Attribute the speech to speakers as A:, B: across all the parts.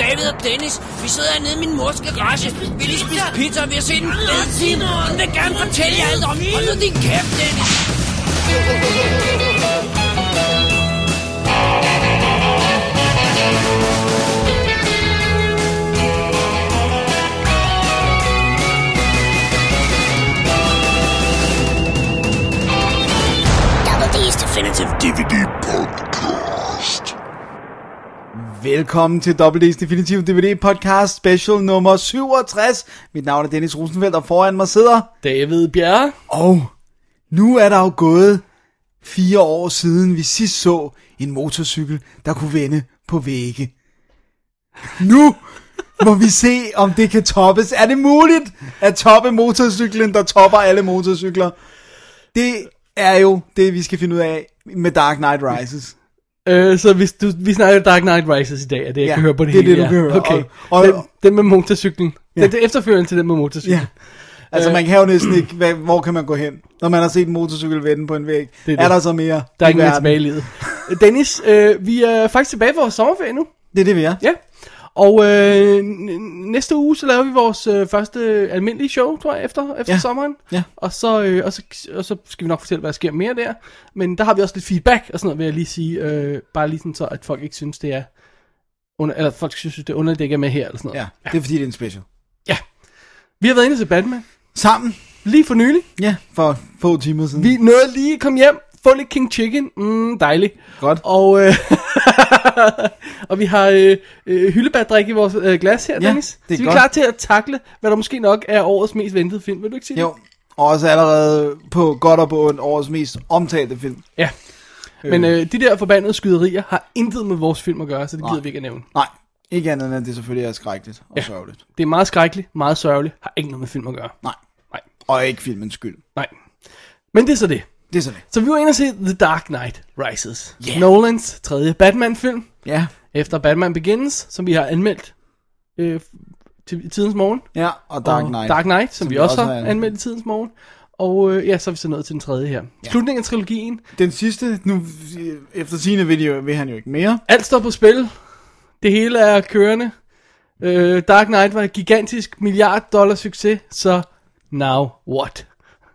A: Dennis, vi sidder hernede i min mors garage. Vi lige spise pizza, og vi har set en fed film. Hun vil gerne fortælle jer alt om. Hold nu din kæft, Dennis.
B: Double D's Definitive DVD Podcast.
C: Velkommen til WD's Definitive DVD Podcast Special nummer 67. Mit navn er Dennis Rosenfeldt, og foran mig sidder...
D: David Bjerre.
C: Og nu er der jo gået fire år siden, vi sidst så en motorcykel, der kunne vende på vægge. Nu må vi se, om det kan toppes. Er det muligt at toppe motorcyklen, der topper alle motorcykler? Det er jo det, vi skal finde ud af med Dark Knight Rises.
D: Øh, så hvis du, vi snakker Dark Knight Rises i dag, er det jeg
C: Ja,
D: kan høre på det,
C: det er
D: hele.
C: det, du
D: ja.
C: kan høre.
D: Okay.
C: Og- og-
D: den, den med motorcyklen.
C: Ja.
D: Ja. Den, det er efterførende til den med motorcyklen.
C: Ja.
D: Ja.
C: Altså,
D: Øh.
C: man kan jo næsten ikke, hvad, hvor kan man gå hen, når man har set en motorcykel vende på en væg? Det
D: Det
C: er,
D: er
C: er
D: det.
C: der så mere?
D: Der er
C: i
D: ikke mere
C: verden?
D: tilbage i livet. Dennis, øh, vi er faktisk tilbage fra vores sommerferie nu.
C: Det er det, vi er.
D: Ja. Og øh, n- næste uge, så laver vi vores øh, første almindelige show, tror jeg, efter, efter
C: Ja.
D: sommeren.
C: Ja.
D: Og, så, øh, og, så, og så skal vi nok fortælle, hvad der sker mere der. Men der har vi også lidt feedback og sådan noget, vil jeg lige sige. Øh, bare lige sådan så, at folk ikke synes, det er... Under, eller folk synes, det er underligt, det ikke er med her, eller sådan noget.
C: Ja, det er fordi, det er en special.
D: Ja. Vi har været inde til Batman.
C: Sammen,
D: Lige for nylig.
C: ja, for få timer siden.
D: Vi nåede lige at komme hjem. Få lidt King Chicken. Mm, dejligt.
C: Godt.
D: Og, øh, og vi har øh, øh, hyldebærdrik i vores øh, glas her,
C: Ja,
D: Dennis.
C: det er
D: så vi er
C: godt.
D: klar til at takle, hvad der måske nok er årets mest ventede film. Vil du ikke sige
C: Jo, og også allerede på godt og på en årets mest omtalte film.
D: det? Ja. Men øh, de der forbandede skyderier har intet med vores film at gøre, så det gider
C: Nej.
D: vi ikke at nævne.
C: Nej, ikke andet end, at det selvfølgelig er skrækkeligt og ja. sørgeligt.
D: Det er meget skrækkeligt, meget sørgeligt, har ikke noget med film at gøre.
C: Nej,
D: Nej.
C: og ikke filmens skyld.
D: Nej. Men det er så det.
C: Det er så det.
D: Så vi var inde og se The Dark Knight Rises.
C: Ja.
D: Nolans tredje Batman-film.
C: Ja,
D: efter Batman Begins, som vi har anmeldt øh, til i tidens morgen.
C: ja og Dark Knight.
D: Dark Knight, som, som vi også har anmeldt i tidens morgen. Og øh, ja, så er vi så nået til den tredje her. Ja. Slutningen af trilogien.
C: Den sidste, nu efter sine video, vil han jo ikke mere.
D: Alt står på spil. Det hele er kørende. Øh, Dark Knight var et gigantisk milliard dollar succes, så now what?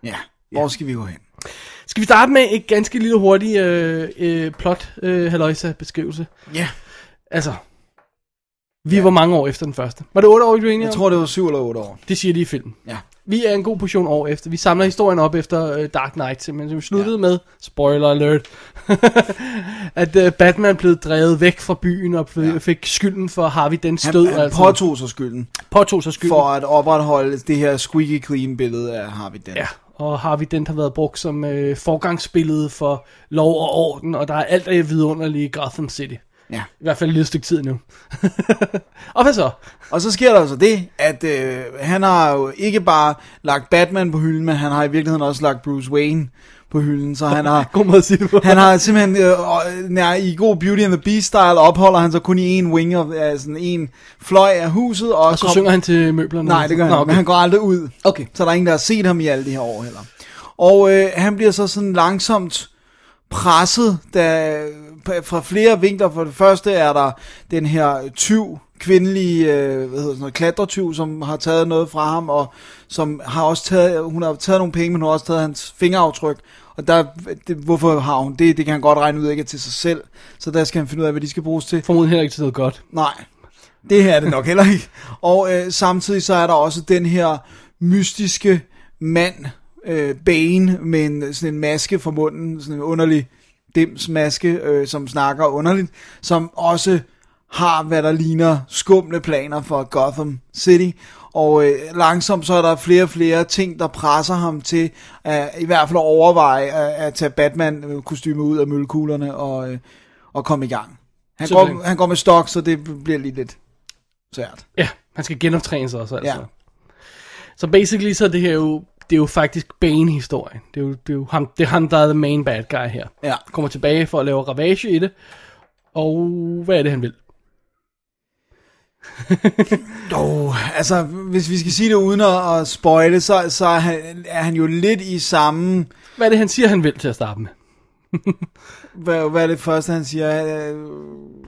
C: Ja, hvor skal vi gå hen?
D: Skal vi starte med et ganske lille hurtigt øh, øh, plot, øh, halløjsa beskrivelse.
C: Ja,
D: Altså, vi ja. var mange år efter den første. Var det otte år, vi blev enige
C: jeg
D: om?
C: tror, det var 7 eller 8 år.
D: Det siger de i filmen.
C: Ja,
D: Vi er en god portion år efter. Vi samler historien op efter øh, Dark Knight, simpelthen. Så vi sluttede ja. med, spoiler alert, at øh, Batman blev drevet væk fra byen og blev, ja. fik skylden for Harvey den
C: han,
D: stød.
C: han påtog sig skylden
D: påtog sig skylden.
C: for at opretholde det her squeaky clean billede af Harvey Dent.
D: Ja, og Harvey Dent har været brugt som øh, forgangsbillede for lov og orden, og der er alt af vidunderlige i Gotham City.
C: ja.
D: I hvert fald et lille stykke tid nu. og hvad så?
C: Og så sker der altså det, at øh, han har jo ikke bare lagt Batman på hylden, men han har i virkeligheden også lagt Bruce Wayne på hylden, så han har...
D: God måde at sige det på.
C: Han har simpelthen, øh, og, nær, i god Beauty and the Beast-style, opholder han sig kun i en wing, af, af sådan en fløj af huset. Og,
D: Og så synger han til møblerne.
C: Nej, det gør han,
D: Nå,
C: okay. men han går aldrig ud.
D: Okay.
C: Så der er ingen, der har set ham i alle de her år heller. Og øh, han bliver så sådan langsomt presset da, p- fra flere vinkler. For det første er der den her tyv, kvindelige øh, hvad hedder sådan noget, klatretyv, som har taget noget fra ham, og som har også taget, hun har taget nogle penge, men hun har også taget hans fingeraftryk. Og der, det, hvorfor har hun det? Det kan han godt regne ud, ikke er til sig selv. Så der skal han finde ud af, hvad de skal bruges til.
D: Formodentlig heller ikke til noget godt.
C: Nej, det her er det nok heller ikke. Og øh, samtidig så er der også den her mystiske mand, øh, Bane, med en, sådan en maske for munden, sådan en underlig dimsmaske, øh, som snakker underligt, som også har, hvad der ligner skumle planer for Gotham City. Og øh, langsomt så er der flere og flere ting, der presser ham til at i hvert fald at overveje at, at tage Batman-kostyme ud af møllekuglerne og, øh, og komme i gang. Han
D: Så
C: går,
D: det-
C: han går med stok, så det bliver lige lidt svært.
D: Ja, han skal genoptræne sig også, altså.
C: Ja.
D: Ja. Så basically så er det her jo, det er jo faktisk Bane-historien. Det er jo, det er jo ham, det er ham, der er the main bad guy her.
C: Ja.
D: Kommer tilbage for at lave ravage i det. Og hvad er det, han vil?
C: Jo, altså, hvis vi skal sige det uden at, at spoile, så, så er, han, er han jo lidt i samme...
D: Hvad er det, han siger, han vil til at starte med?
C: Hvad, hvad er det første, han siger? Øh,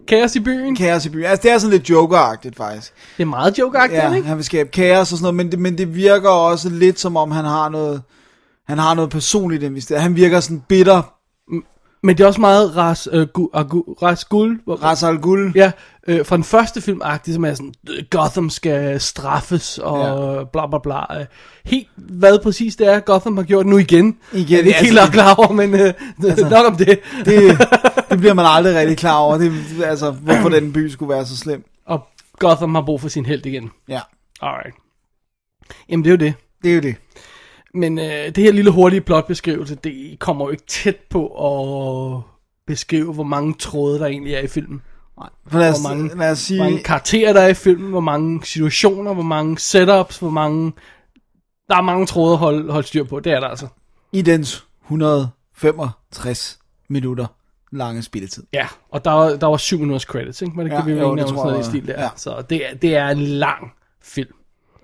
D: Kaos i byen.
C: kaos i byen. Altså, det er sådan lidt jokeragtigt faktisk.
D: Det er meget jokeagtigt,
C: Ja,
D: ja, ikke?
C: han vil skabe kaos og sådan noget, men det, men det virker også lidt som om, han har noget, han har noget personligt investeret. Han virker sådan bitter,
D: Men det er også meget Ras, øh, gu, agu, ras Gul, hvor-
C: Ras Al Ghul.
D: Ja, øh, fra den første film agtig, som er sådan, øh, Gotham skal straffes og ja. bla bla bla. Øh, Helt hvad præcis det er, Gotham har gjort nu igen.
C: Igen,
D: er det ikke
C: altså-
D: altså, helt klar over, men øh, altså, nok om det.
C: Det, det bliver man aldrig rigtig klar over, det, altså, hvorfor den by skulle være så slem.
D: Og Gotham har brug for sin held igen.
C: Ja,
D: Alright. Jamen det er jo det.
C: det er jo det.
D: Men øh, det her lille hurtige plotbeskrivelse, det kommer jo ikke tæt på at beskrive, hvor mange tråde der egentlig er i filmen.
C: For lad, os,
D: Hvor mange-
C: lad os sige,
D: Hvor mange karakterer der er i filmen, hvor mange situationer, hvor mange setups, hvor mange... Der er mange tråde at holde, holde styr på, det er der altså.
C: i dens 165 minutter lange spilletid.
D: Ja, og der var, der var syv minutters credits, ikke? Var det ikke
C: Ja,
D: det, vi
C: jo,
D: var enige
C: det
D: om,
C: tror
D: sådan noget i
C: jeg,
D: stil der?
C: ja.
D: Ja. Så det, er- det er en lang film.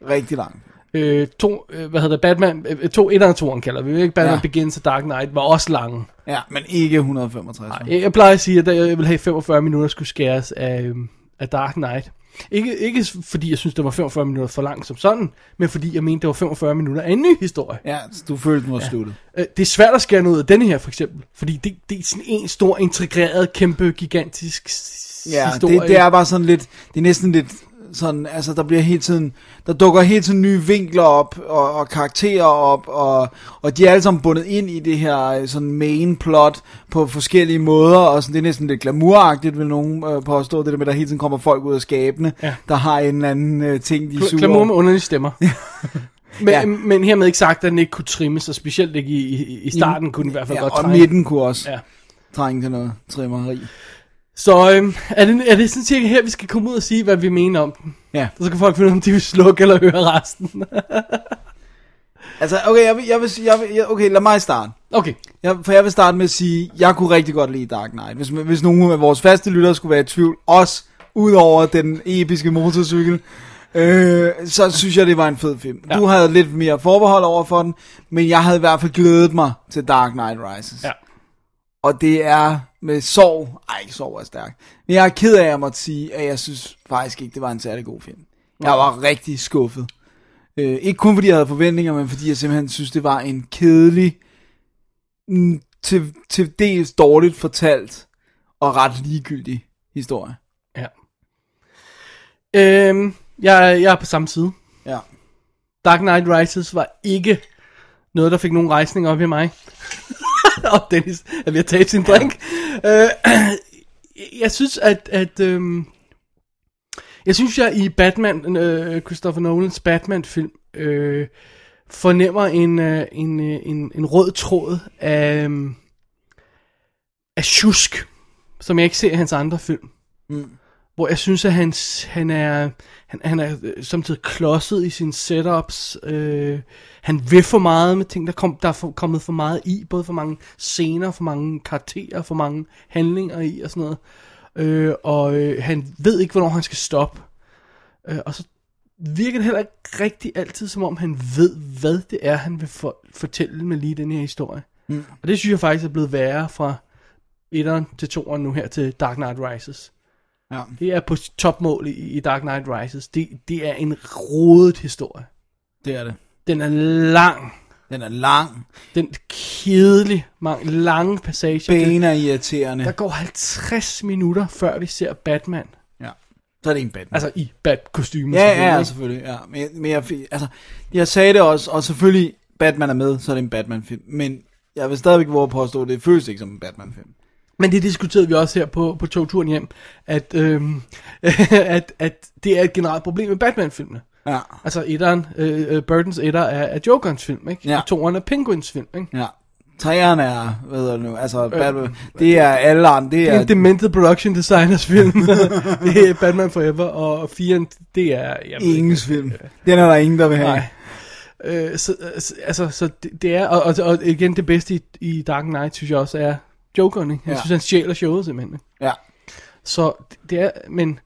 C: Rigtig lang.
D: Øh, to, øh, hvad hedder det, Batman, øh, to, et og toeren kalder vi det, ikke? Batman
C: Ja.
D: ja. Begins og Dark Knight var også lange.
C: Ja, men ikke 165. Nej,
D: Jeg, jeg plejer at sige, at jeg ville have 45 minutter skulle skæres af, øhm, af Dark Knight. Ikke, ikke s- fordi jeg synes, det var 45 minutter for langt som sådan, men fordi jeg mente, det var 45 minutter af en ny historie.
C: ja, så du følte, den var sluttet.
D: Øh, det er svært at skære noget ud af denne her, for eksempel. Fordi det, det er sådan en stor, integreret, kæmpe, gigantisk s-
C: Ja,
D: historie.
C: det, det er bare sådan lidt, det er næsten lidt sådan, altså der bliver hele tiden, der dukker hele tiden nye vinkler op, og, og karakterer op, og, og de er alle sammen bundet ind i det her øh, sådan main plot på forskellige måder, og sådan, det er næsten lidt glamouragtigt, vil nogen øh, påstå, det der med, at der hele tiden kommer folk ud af skabene, ja.
D: Ja.
C: der har en eller anden øh, ting, de er
D: Kla-
C: sure
D: Glamour
C: over.
D: med underlige stemmer. men,
C: Ja.
D: ja. men hermed ikke sagt, at den ikke kunne trimmes, og specielt ikke i, i, i starten kunne den i hvert fald
C: Ja,
D: godt
C: og
D: trænge.
C: midten kunne også ja.
D: Ja.
C: trænge til noget trimmeri.
D: Så øhm, er, det, er det sådan cirka her, vi skal komme ud og sige, hvad vi mener om den?
C: Ja.
D: Og så kan folk finde ud af, om de vil slukke eller høre resten.
C: Altså, okay, jeg vil, jeg vil, sige- jeg vil, jeg, okay, lad mig starte.
D: okay.
C: Jeg, for jeg vil starte med at sige, jeg kunne rigtig godt lide Dark Knight. Hvis, hvis nogen af vores faste lyttere skulle være i tvivl, også ud over den episke motorcykel, øh, så synes jeg, det var en fed film. Ja.
D: Ja.
C: Du havde lidt mere forbehold over for den, men jeg havde i hvert fald glædet mig til Dark Knight Rises.
D: Ja.
C: Og det er med sorg, ej, sorg er stærk, men jeg er ked af, at jeg måtte sige, at jeg synes faktisk ikke, det var en særlig god film. Jeg var rigtig skuffet. Øh, ikke kun fordi jeg havde forventninger, men fordi jeg simpelthen synes, det var en kedelig, mm, til, til dels dårligt fortalt og ret ligegyldig historie.
D: Ja. Øhm, jeg, jeg er på samme side.
C: Ja.
D: Dark Knight Rises var ikke noget, der fik nogen rejsning op i mig. og Dennis er ved at tabe sin drink. Ja. Øh, jeg synes, at... at øhm, jeg synes, jeg i Batman, øh, Christopher Nolans Batman-film, øh, fornemmer en, øh, en, øh, en, en rød tråd af, øhm, af tjusk, som jeg ikke ser i hans andre film hvor jeg synes, at han, han er, han, han er øh, samtidig klodset i sine setups. Øh, han vil for meget med ting, der, kom, der er for, kommet for meget i. Både for mange scener, for mange karakterer, for mange handlinger i og sådan noget. Øh, og øh, han ved ikke, hvornår han skal stoppe. Øh, og så virker det heller ikke rigtig altid, som om han ved, hvad det er, han vil for, fortælle med lige den her historie. Mm. Og det synes jeg faktisk er blevet værre fra 1'eren til 2'eren nu her til Dark Knight Rises.
C: Ja.
D: Det er på topmål i, i Dark Knight Rises. Det, det er en rodet historie.
C: Det er det.
D: Den er lang.
C: Den er lang.
D: Den er kedelig. Mange lange passager.
C: Bane er
D: Der
C: irriterende.
D: går 50 minutter, før vi ser Batman.
C: Ja. Så er det en Batman.
D: Altså i Bat-kostymen.
C: Ja, altså. ja, selvfølgelig. Ja. Men, jeg- men jeg, altså, jeg sagde det også, og selvfølgelig, Batman er med, så er det en Batman-film. Men jeg vil stadigvæk våge at påstå, at det føles ikke som en Batman-film.
D: Men det diskuterede vi også her på, på togturen hjem, at, øhm, at, at det er et generelt problem med Batman-filmene.
C: Ja.
D: Altså etteren, øh, øh, Burtons etter er, er Jokerens film, ikke?
C: Ja.
D: Og toeren er Penguins film, ikke?
C: Ja. Træerne er, hvad hedder det nu, altså, Batman, det er alle andre, det
D: Det er en
C: er...
D: demented production designers film. det er Batman Forever, og 4'eren, det er... Jeg ved ikke.
C: Ingens film. Den er der ingen, der vil have.
D: Nej. Øh, så, øh, så- altså, så det, det er... Og, og, og, igen, det bedste i, i Dark Knight, synes jeg også, er Joker'en, ikke? Jeg
C: Ja.
D: ja. synes, han stjæler showet, simpelthen. ikke?
C: Ja.
D: Så det er... Men...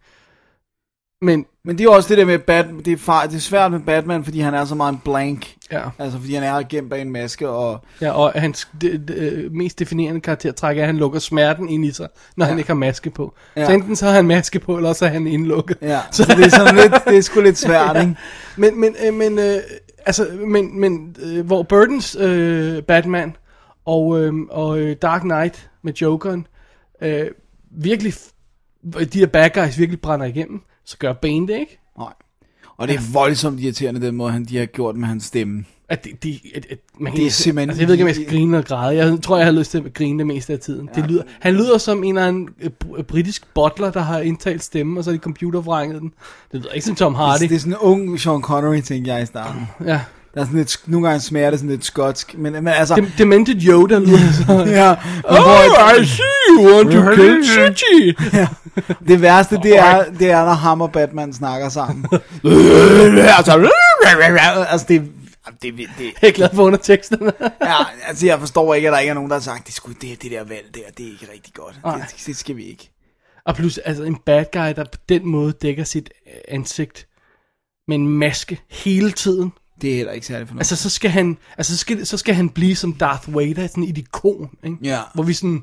D: Men
C: Men det er jo også det der med Batman, det er, far, det er svært med Batman, fordi han er så meget en blank
D: Ja.
C: Altså, fordi han er gemt bag en maske, og
D: Ja, og hans de, de, mest definerende karaktertræk er, at han lukker smerten ind i sig, når ja. han ikke har maske på. Ja.
C: Ja.
D: Så enten så har han maske på, eller også er han indlukket.
C: ja, så det er sådan lidt, det er sgu lidt svært, ikke?
D: Men, men, øh, men, øh, altså, men, men øh, hvor Burdens øh, Batman og, øh, og øh, Dark Knight med Jokeren øh, virkelig, f- de her bad guys virkelig brænder igennem, så gør Bane det, ikke?
C: Nej. Og det er voldsomt irriterende, den måde, han, de har gjort med hans stemme.
D: At det, de, at, at man
C: Det er simpelthen-
D: altså, jeg ved ikke, om jeg skal grine eller græde. Jeg tror, jeg har lyst til at grine det meste af tiden. Ja. Det lyder, han lyder som en eller anden øh, br- britisk butler, der har indtalt stemmen, og så er de computervranget den. Det lyder ikke som Tom Hardy.
C: Det, det er sådan en ung Sean Connery, tænkte jeg i starten.
D: Ja.
C: Der er sådan lidt, nogle gange smager det sådan lidt skotsk, men, men altså...
D: Dem- Demented Yoda lyder så.
C: ja, men hvor-
D: I see you want to kill Chichi.
C: det værste, det er, det er, når ham og Batman snakker sammen. altså, altså, det, det, det, det,
D: Jeg er glad for underteksterne.
C: ja, altså, jeg forstår ikke, at der ikke er nogen, der har sagt, det, skulle, det, det der valg der, det er ikke rigtig godt.
D: Nej.
C: Det, det, skal vi ikke.
D: og plus, altså en bad guy, der på den måde dækker sit øh, ansigt med en maske hele tiden.
C: Det er heller ikke særlig fornuftigt.
D: Altså, så skal han, altså, så skal, så skal han blive som Darth Vader, sådan et ikon, ikke?
C: Ja.
D: Hvor vi sådan...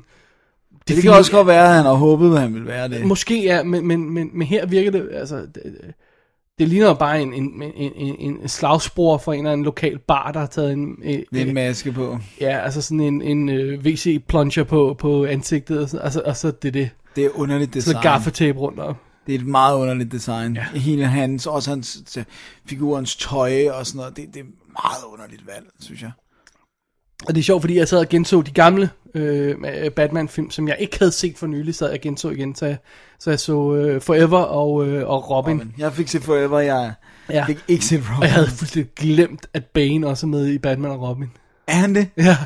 C: Det, det kan også godt være, at han har håbet, at han ville være det.
D: Måske er, men, men, men, men her virker det, altså, det, det ligner jo bare en, en, en, en, en slagspor fra en eller anden lokal bar, der har taget en, en,
C: Med en maske på.
D: ja, altså sådan en, en uh, WC-plunger på, på ansigtet, og, sådan, altså, og så det er det.
C: Det er underligt
D: Så
C: design.
D: gaffetape rundt om.
C: Det er et meget underligt design. Ja. Hele hans, også hans t- figurens tøj og sådan noget. Det, det er meget underligt valg, synes jeg.
D: Og det er sjovt, fordi jeg sad og genså de gamle øh, Batman-film, som jeg ikke havde set for nylig, sad jeg og genså igen, så jeg, så jeg så øh, Forever og, øh, og Robin. Robin.
C: Men jeg fik set Forever, jeg
D: Ja.
C: fik ikke set
D: Og jeg
C: Robin.
D: havde fuldstændig glemt, at Bane også er med i Batman og Robin.
C: Er han det?
D: Ja,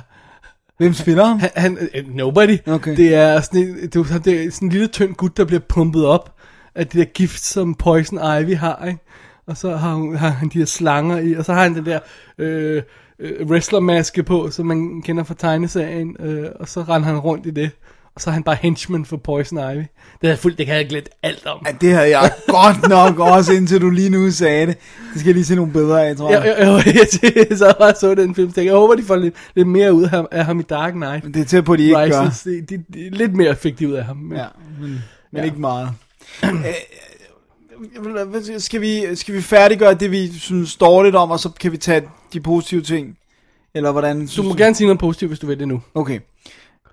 C: Hvem spiller ham?
D: han, han øh, nobody.
C: Okay.
D: Det er sådan en, det er, sådan- det er sådan en lille tynd gut, der bliver pumpet op af det der gift, som Poison Ivy har, ikke? Og så har, hun, har han de her slanger i, og så har han den der øh, øh, wrestlermaske på, som man kender fra tegneserien, øh, og så render han rundt i det. Og så er han bare henchman for Poison Ivy. Det havde jeg, fuldt, det havde jeg glemt alt om.
C: Ja, det havde jeg godt nok også, indtil du lige nu sagde det. Det skal jeg lige se nogle billeder af, tror
D: Jeg,
C: jeg.
D: jeg, jeg, jeg, jeg sad bare og så den film, tænkte, jeg håber, de får lidt, lidt mere ud af ham, af ham i Dark Knight.
C: Men det er tæt på, at de ikke gør.
D: Rises, de, de, de, lidt mere fik de ud af ham. Men,
C: Ja, men, men ja. ikke meget. Øh, skal, vi, skal vi færdiggøre det, vi synes dårligt om, og så kan vi tage de positive ting? Eller hvordan?
D: Du
C: synes
D: må gerne sige noget positivt, hvis du vil det nu.
C: Okay.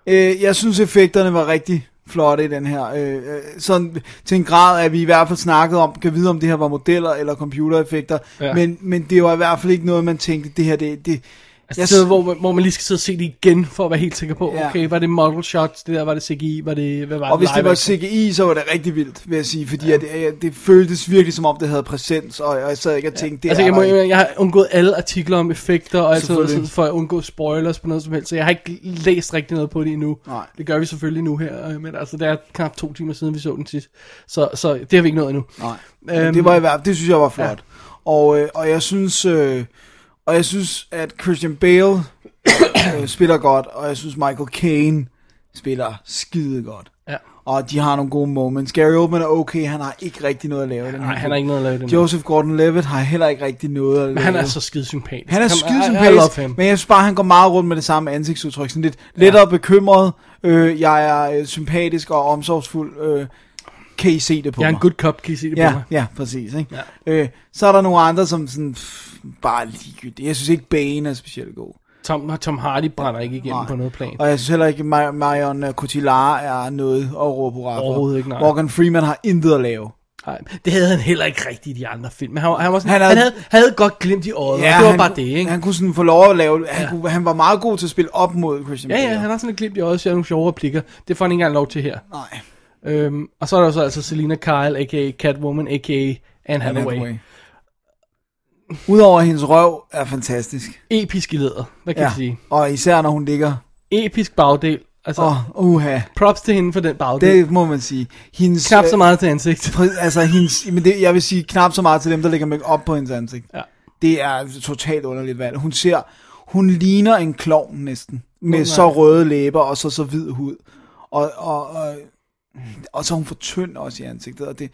C: Øh, jeg synes, effekterne var rigtig flotte i den her. Øh, øh, sådan til en grad, at vi i hvert fald snakkede om, kan vide, om det her var modeller eller computereffekter.
D: Ja.
C: Ja. Men, men det var i hvert fald ikke noget, man tænkte, det her, det... det
D: Altså, yes. steder, hvor, hvor man lige skal sidde og se det igen, for at være helt sikker på,
C: Ja.
D: okay, var det model shots, det der, var det CGI, var det, hvad
C: og
D: var det
C: hvis det
D: live
C: var
D: action?
C: CGI, så var det rigtig vildt, vil jeg sige, fordi ja. at, øh, det føltes virkelig som om, det havde præsens, og, og jeg sad ikke og tænkte, det
D: altså,
C: er
D: jeg, må,
C: der ikke.
D: jeg, jeg har undgået alle artikler om effekter og alt sådan noget, sådan,
C: Selvfølgelig.
D: for at undgå spoilers på noget som helst, så jeg har ikke læst rigtig noget på det endnu.
C: Nej.
D: Det gør vi selvfølgelig nu her, øh, men altså, det er knap to timer siden, vi så den sidst, så, så det har vi ikke nået endnu.
C: Nej.
D: Øhm,
C: Øhm, det var i hvert fald, det synes jeg var flot. Ja. Og, øh, og jeg synes, øh, og jeg synes, at Christian Bale øh, spiller godt, og jeg synes Michael Caine spiller skide godt.
D: Ja.
C: Og de har nogle gode moments. Gary Oldman er okay, han har ikke rigtig noget at lave. i den
D: Nej,
C: her
D: han
C: film.
D: har ikke noget at lave den.
C: Joseph Gordon-Levitt har heller ikke rigtig noget at lave.
D: men han er så skide sympatisk.
C: han er
D: Kom,
C: skide
D: I, I love him.
C: sympatisk, men jeg synes bare, han går meget rundt med det samme ansigtsudtryk. Sådan lidt lettere bekymret. Øh, jeg er øh, sympatisk og omsorgsfuld. Øh, kan I se det på
D: Jeg er
C: mig?
D: en good cop, kan I sige det på
C: Ja,
D: mig.
C: ja, præcis. Ikke? Ja. Øh, så er der nogle andre, som sådan, pff, bare ligegyldige. Jeg synes ikke, Bane er specielt god.
D: Tom, Tom Hardy brænder ikke igennem
C: Nej.
D: på noget plan.
C: Og jeg synes heller ikke, Mar- Marion øh, Cotillard er noget at råbe hurra for.
D: Overhovedet ikke, nej.
C: Morgan Freeman har intet at lave.
D: Nej, det havde han heller ikke rigtigt i de andre film. Men Han, var- han, var sådan, han,
C: Han
D: havde,
C: havde-
D: han havde, havde godt glimt i øjet, ja, det var bare det, ikke?
C: Han kunne sådan få lov at lave... Han, ja. kunne, han var meget god til at spille op mod Christian
D: ja, ja,
C: Bale.
D: han har sådan et glimt i øjet, så jeg nogle sjove replikker. Det får han ikke engang lov til her.
C: Nej,
D: Øhm, og så er der jo så altså Selina Kyle, a.k.a. Catwoman, a.k.a. Anne Hathaway.
C: Hathaway. Udover at hendes røv er fantastisk.
D: Episk i leder, hvad kan ja. jeg sige?
C: Og især når hun ligger...
D: Episk bagdel. Altså,
C: Åh,
D: oh.
C: oh, uha.
D: props til hende for den bagdel. Det,
C: Det må man sige. Hendes,
D: Knap så
C: øh,
D: meget til ansigt.
C: Præ- altså hendes, men det, jeg vil sige knap så meget til dem, der lægger make op på hendes ansigt.
D: Ja.
C: Det er et totalt underligt valg. Hun ser, hun ligner en klovn næsten, med
D: nej.
C: så røde læber og så så hvid hud. Og, og, og Og så er hun for tynd også i ansigtet. Og det,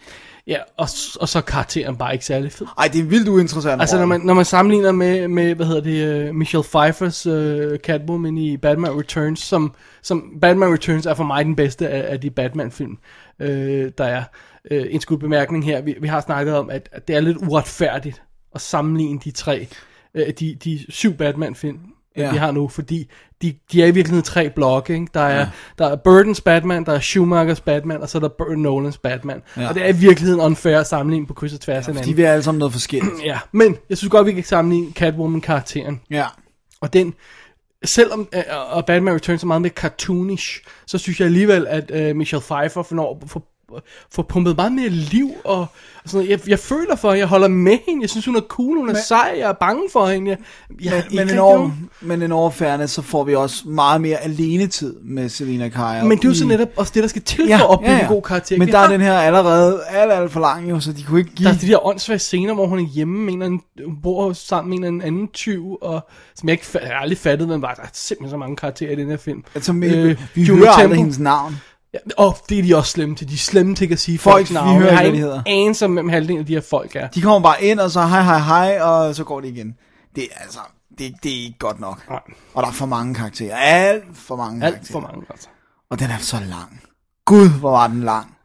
D: Ja, og, s- og så er karakteren bare ikke særlig fed.
C: ej, det er en vildt uinteressant
D: Altså, når
C: rolle.
D: man, når man sammenligner med, med hvad hedder det, øh, Michelle Pfeiffers øh, Catwoman i Batman Returns, som, som Batman Returns er for mig den bedste af, af de Batman-film, øh, der er. Øh, en skud bemærkning her, vi, vi har snakket om, at, at det er lidt uretfærdigt at sammenligne de tre, øh, de, de syv Batman-film,
C: Ja.
D: ja. vi har nu, fordi de, de er i virkeligheden tre blokke. Ikke? Der, er, ja. der er Burdens Batman, der er Schumachers Batman, og så er der Bur- Nolans Batman.
C: Ja.
D: Ja. Og det er i virkeligheden unfair at sammenligne på kryds og tværs ja, af
C: De
D: hinanden.
C: vil alle sammen noget forskelligt.
D: Ja, men jeg synes godt, vi kan sammenligne Catwoman-karakteren.
C: Ja.
D: Og den, selvom øh, og Batman Returns er meget mere cartoonish, så synes jeg alligevel, at øh, Michelle Pfeiffer fornår, for, får pumpet meget mere liv. Og, og sådan noget. Jeg, jeg føler for hende, jeg holder med hende, jeg synes, hun er cool, hun er men, sej, jeg er bange for hende. Jeg, jeg, har ikke
C: Men,
D: rigtig
C: en over,
D: nogen-
C: men en overfærdende, så får vi også meget mere alenetid med Selina Kyle.
D: men det er jo så
C: i-
D: netop også det, der skal til for at opbygge ja, ja. en god karakter.
C: Men
D: Vi
C: der
D: har-
C: er den her allerede alt, alt for lang jo, så de kunne ikke give...
D: Der er de der åndssvage scener, hvor hun er hjemme med en eller anden, hun bor sammen med en eller anden anden tyv, og som jeg ikke fa- jeg har aldrig fattede, men var der er simpelthen så mange karakterer i den her film.
C: Altså, vi, øh, vi
D: Julie
C: hører aldrig
D: Temple.
C: hendes navn.
D: Ja, og det er de også slemme til. De er slemme til ikke at sige
C: Folk,
D: folks
C: vi
D: navne.
C: hører
D: jeg har
C: ikke, hvad
D: ikke
C: de
D: anelse om, hvem halvdelen af de her folk er.
C: De kommer bare ind, og så hej, hej, hej, og så går det igen. Det er altså... Det, det er ikke godt nok.
D: Nej.
C: Og der er for mange karakterer. Alt for mange
D: Alt
C: karakterer.
D: for mange, altså.
C: Og den er så lang. Gud, hvor var den lang.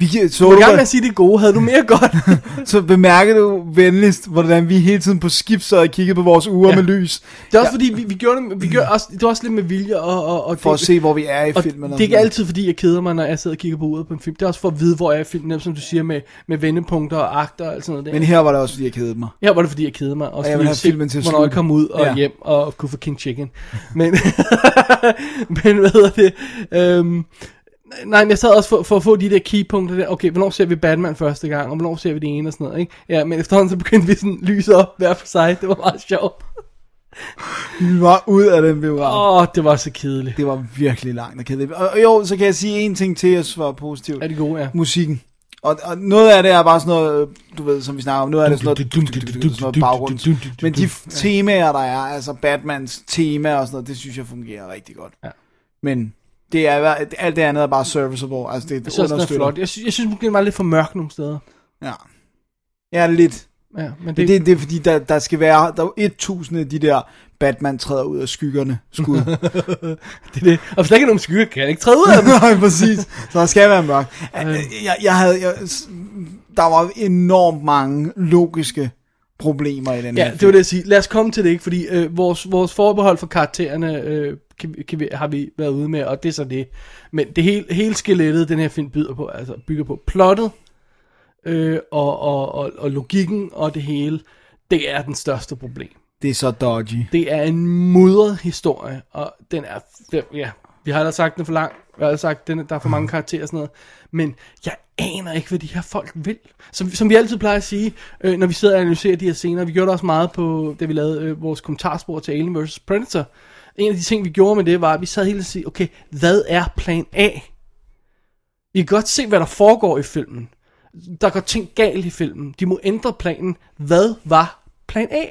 C: Vi kan- så,
D: Du er i gang med
C: du,
D: at sige det gode. Havde du mere godt?
C: så bemærker du venligst, hvordan vi hele tiden på skib sad og kiggede på vores uger ja.
D: Ja.
C: med lys,
D: Det er også fordi, vi, vi gjorde det, vi gjorde også, det var også lidt med vilje. Og, og, og
C: for at
D: det,
C: se, hvor vi er i
D: og
C: filmen.
D: det er ikke altid, fordi jeg keder mig, når jeg sidder og kigger på uret på en film. Det er også for at vide, hvor jeg er i filmen, netop som du siger, med, med vendepunkter og akter og sådan noget. Der.
C: Men her var det også, fordi jeg kedede mig.
D: Her var det fordi jeg kedede mig Også
C: Og jeg
D: fordi
C: ville
D: jeg
C: have
D: se,
C: filmen til at
D: Hvornår jeg
C: slutte.
D: kom ud og
C: Ja.
D: ja. hjem Og kunne få King Chicken Men, men hvad hedder det øhm, Nej men jeg sad også for, for at få de der keypunkter der Okay hvornår ser vi Batman første gang Og hvornår ser vi det ene og sådan noget ikke? Ja men efterhånden så begyndte vi sådan lyset op hver for sig Det var meget sjovt
C: Vi var ud af den biograf.
D: Åh oh, det var så kedeligt
C: Det var virkelig langt og kedeligt. Og og jo, så kan jeg sige en ting til, jeg synes var positivt.
D: Er det gode ja
C: Musikken. Og, og noget af det er bare sådan noget, øh, du ved, som vi snakker om, noget af det er sådan noget, sådan noget baggrund. Men de f- temaer, der er, altså Batmans tema og sådan noget, det synes jeg fungerer rigtig godt.
D: Ja.
C: Men det er, hver- alt det andet er bare serviceable, altså det,
D: Jeg
C: det
D: synes også den er
C: understøtter.
D: flot Jeg synes, jeg synes måske den var lidt for mørk nogle steder
C: Ja. Ja, lidt.
D: Ja men
C: Det,
D: det,
C: det, det er fordi, der, der skal være, der er 1000 af de der Batman træder ud af skyggerne skud.
D: det, det. Og hvis der ikke er nogen skygge Kan jeg ikke træde ud af dem
C: Nej, præcis. Så der skal være mørkt. Øh, Jeg, jeg havde, jeg, der var enormt mange logiske problemer i den her
D: Ja, det var det jeg sige. Lad os komme til det, ikke? Fordi øh, vores, vores forbehold for karaktererne øh, kan, vi- kan vi, har vi været ude med, og det er så det. Men det hele, hele skelettet, den her film byder på, altså bygger på plottet, øh, og, og, og, og logikken og det hele, det er den største problem.
C: Det er så dodgy.
D: Det er en mudret historie, og den er, den, ja, vi har allerede sagt, den er for lang, vi har allerede sagt, den, er- der er for mange karakterer og sådan noget, men jeg aner ikke, hvad de her folk vil. Som, som vi altid plejer at sige, øh, når vi sidder og analyserer de her scener, vi gjorde det også meget på, da vi lavede øh, vores kommentarspor til Alien vs. Predator, en af de ting, vi gjorde med det, var, at vi sad hele tiden og sige, okay, hvad er plan A? I kan godt se, hvad der foregår i filmen. Der går ting galt i filmen. De må ændre planen. Hvad var plan A?